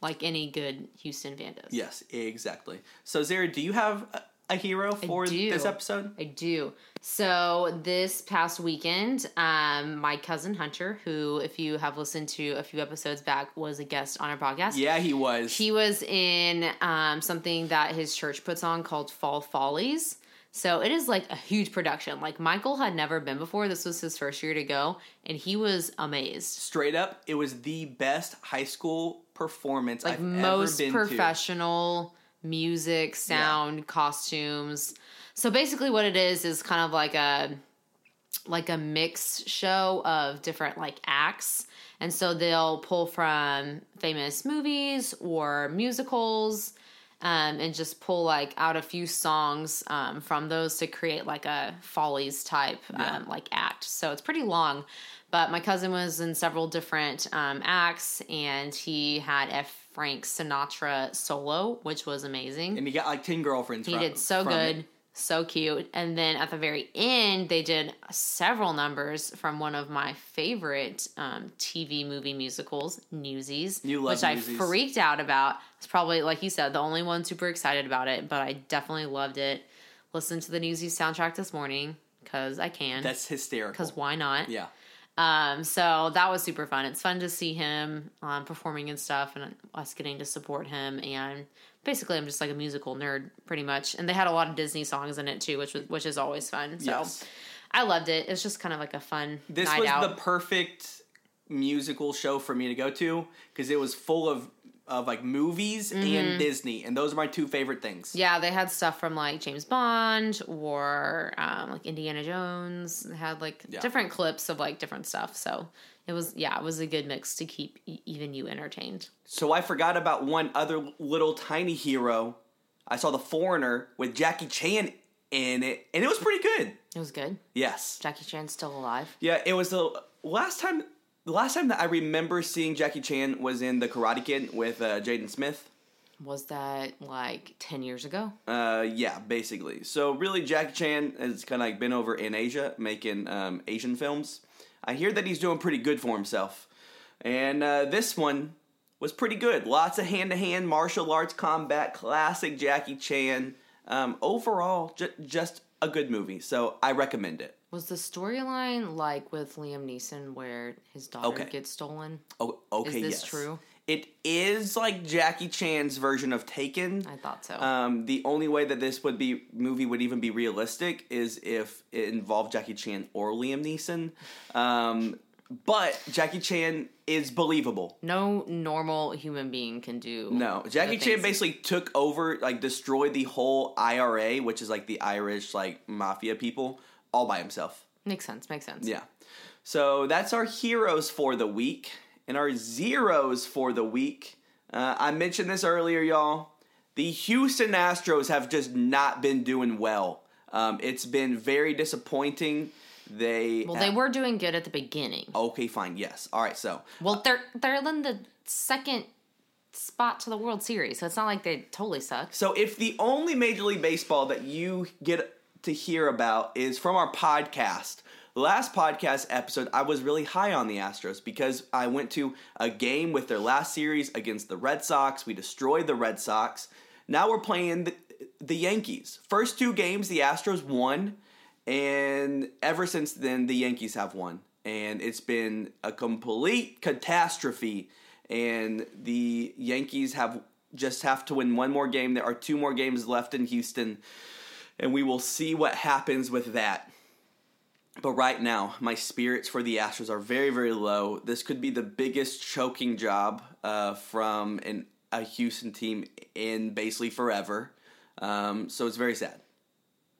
B: Like any good Houston fan does.
A: Yes, exactly. So Zara, do you have a, a hero for
B: do.
A: this episode?
B: I do. So this past weekend, um, my cousin Hunter, who if you have listened to a few episodes back, was a guest on our podcast.
A: Yeah, he was.
B: He was in um, something that his church puts on called Fall Follies. So it is like a huge production. Like Michael had never been before. This was his first year to go, and he was amazed.
A: Straight up, it was the best high school performance
B: Like
A: I've
B: most
A: ever been to.
B: professional music, sound, costumes. So basically, what it is is kind of like a like a mix show of different like acts and so they'll pull from famous movies or musicals um, and just pull like out a few songs um, from those to create like a follies type um, like act so it's pretty long but my cousin was in several different um, acts and he had a frank sinatra solo which was amazing
A: And he got like ten girlfriends.
B: he
A: from,
B: did so
A: from
B: good,
A: it.
B: so cute. And then at the very end, they did several numbers from one of my favorite um, TV movie musicals, Newsies,
A: You love
B: which I
A: Newsies.
B: freaked out about. It's probably like you said, the only one super excited about it, but I definitely loved it. Listened to the Newsies soundtrack this morning because I can.
A: That's hysterical.
B: Because why not?
A: yeah,
B: Um, so that was super fun. It's fun to see him um, performing and stuff, and us getting to support him. And basically, I'm just like a musical nerd, pretty much. And they had a lot of Disney songs in it too, which was which is always fun. So
A: Yes.
B: I loved it. It's just kind of like a fun
A: this
B: night
A: was
B: out.
A: the perfect musical show for me to go to because it was full of of like movies
B: Mm-hmm.
A: and Disney, and those are my two favorite things.
B: yeah, they had stuff from like James Bond or um, like Indiana Jones. They had like
A: Yeah.
B: different clips of like different stuff. So it was yeah, it was a good mix to keep e- even you entertained.
A: So I forgot about one other little tiny hero. I saw The Foreigner with Jackie Chan in it, and it was pretty good.
B: It was good.
A: Yes.
B: Jackie Chan's still alive.
A: Yeah, it was the last time. The last time that I remember seeing Jackie Chan was in The Karate Kid with uh, Jaden Smith.
B: Was that like 10 years ago?
A: Uh, yeah, basically. So really, Jackie Chan has kind of like been over in Asia making um, Asian films. I hear that he's doing pretty good for himself, and uh, this one was pretty good. Lots of hand-to-hand martial arts combat, classic Jackie Chan. Um, overall, ju- just a good movie. So I recommend it.
B: Was the storyline like with Liam Neeson where his daughter
A: Okay.
B: gets stolen?
A: Oh, okay.
B: this
A: yes.
B: true?
A: It is like Jackie Chan's version of Taken.
B: I thought so.
A: Um, the only way that this would be movie would even be realistic is if it involved Jackie Chan or Liam Neeson. Um, but Jackie Chan is believable.
B: no normal human being can do.
A: No, Jackie
B: the
A: Chan
B: things-
A: basically took over, like destroyed the whole IRA, which is like the Irish like mafia people, all by himself.
B: Makes sense, makes sense.
A: Yeah. So that's our heroes for the week and our zeros for the week. Uh, I mentioned this earlier, y'all. The Houston Astros have just not been doing well. Um, it's been very disappointing. They
B: Well, they were doing good at the beginning.
A: okay, fine, yes, all right. So
B: Well, they're they're in the second spot to the World Series, so it's not like they totally suck.
A: So if the only Major League Baseball that you get to hear about is from our podcast, the last podcast episode, I was really high on the Astros because I went to a game with their last series against the Red Sox. We destroyed the Red Sox. Now we're playing the, the Yankees. First two games, the Astros won, and ever since then, the Yankees have won. And it's been a complete catastrophe and the Yankees have just have to win one more game. There are two more games left in Houston, and we will see what happens with that. But right now, my spirits for the Astros are very, very low. This could be the biggest choking job uh, from an, a Houston team in basically forever. Um, so it's very sad.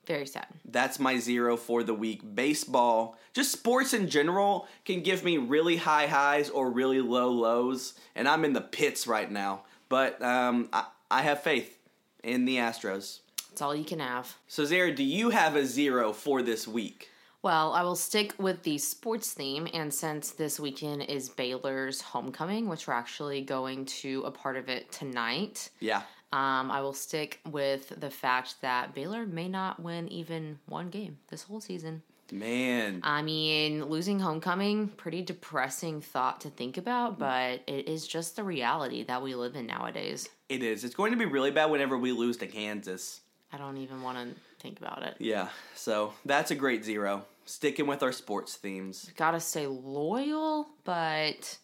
B: Very sad.
A: That's my zero for the week. Baseball, just sports in general, can give me really high highs or really low lows, and I'm in the pits right now. But um, I, I have faith in the Astros.
B: It's all you can have.
A: So, Zara, do you have a zero for this week?
B: Well, I will stick with the sports theme, and since this weekend is Baylor's homecoming, which we're actually going to a part of it tonight,
A: Yeah.
B: um, I will stick with the fact that Baylor may not win even one game this whole season.
A: Man.
B: I mean, losing homecoming, pretty depressing thought to think about, but it is just the reality that we live in nowadays.
A: It is. It's going to be really bad whenever we lose to Kansas.
B: I don't even want to think about it.
A: Yeah. So that's a great zero. Sticking with our sports themes.
B: Gotta stay loyal, but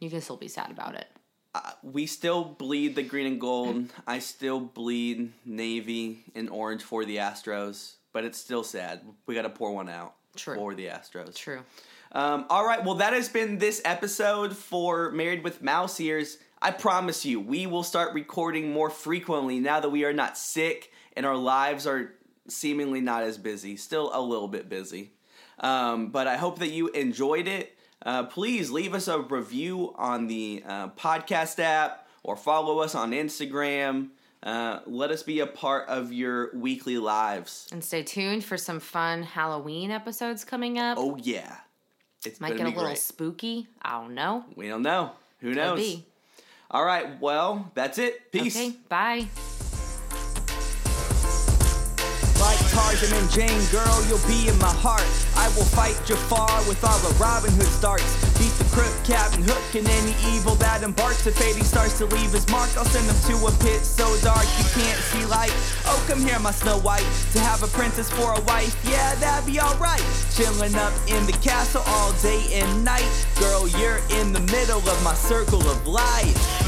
B: you can still be sad about it.
A: Uh, we still bleed the green and gold. I still bleed navy and orange for the Astros, but it's still sad. We got to pour one out
B: True.
A: for the Astros.
B: True.
A: Um, all right. Well, that has been this episode for Married with Mouse Ears. I promise you, we will start recording more frequently now that we are not sick and our lives are seemingly not as busy. Still a little bit busy. Um, but I hope that you enjoyed it. Uh, please leave us a review on the uh, podcast app or follow us on Instagram. Uh, let us be a part of your weekly lives.
B: And stay tuned for some fun Halloween episodes coming up.
A: Oh, yeah. It's
B: Might
A: gonna
B: get a
A: be
B: little
A: great.
B: spooky. I don't know.
A: We don't know. Who knows?
B: Maybe.
A: All right. Well, that's it. Peace.
B: Okay, bye.
D: Like Tarzan and Jane, girl, you'll be in my heart. I will fight Jafar with all of Robin Hood's darts. Beat the crook, Captain Hook, and any evil that embarks. If fading starts to leave his mark, I'll send him to a pit so dark you can't see light. Oh, come here, my Snow White, to have a princess for a wife. Yeah, that'd be alright. Chilling up in the castle all day and night. Girl, you're in the middle of my circle of life.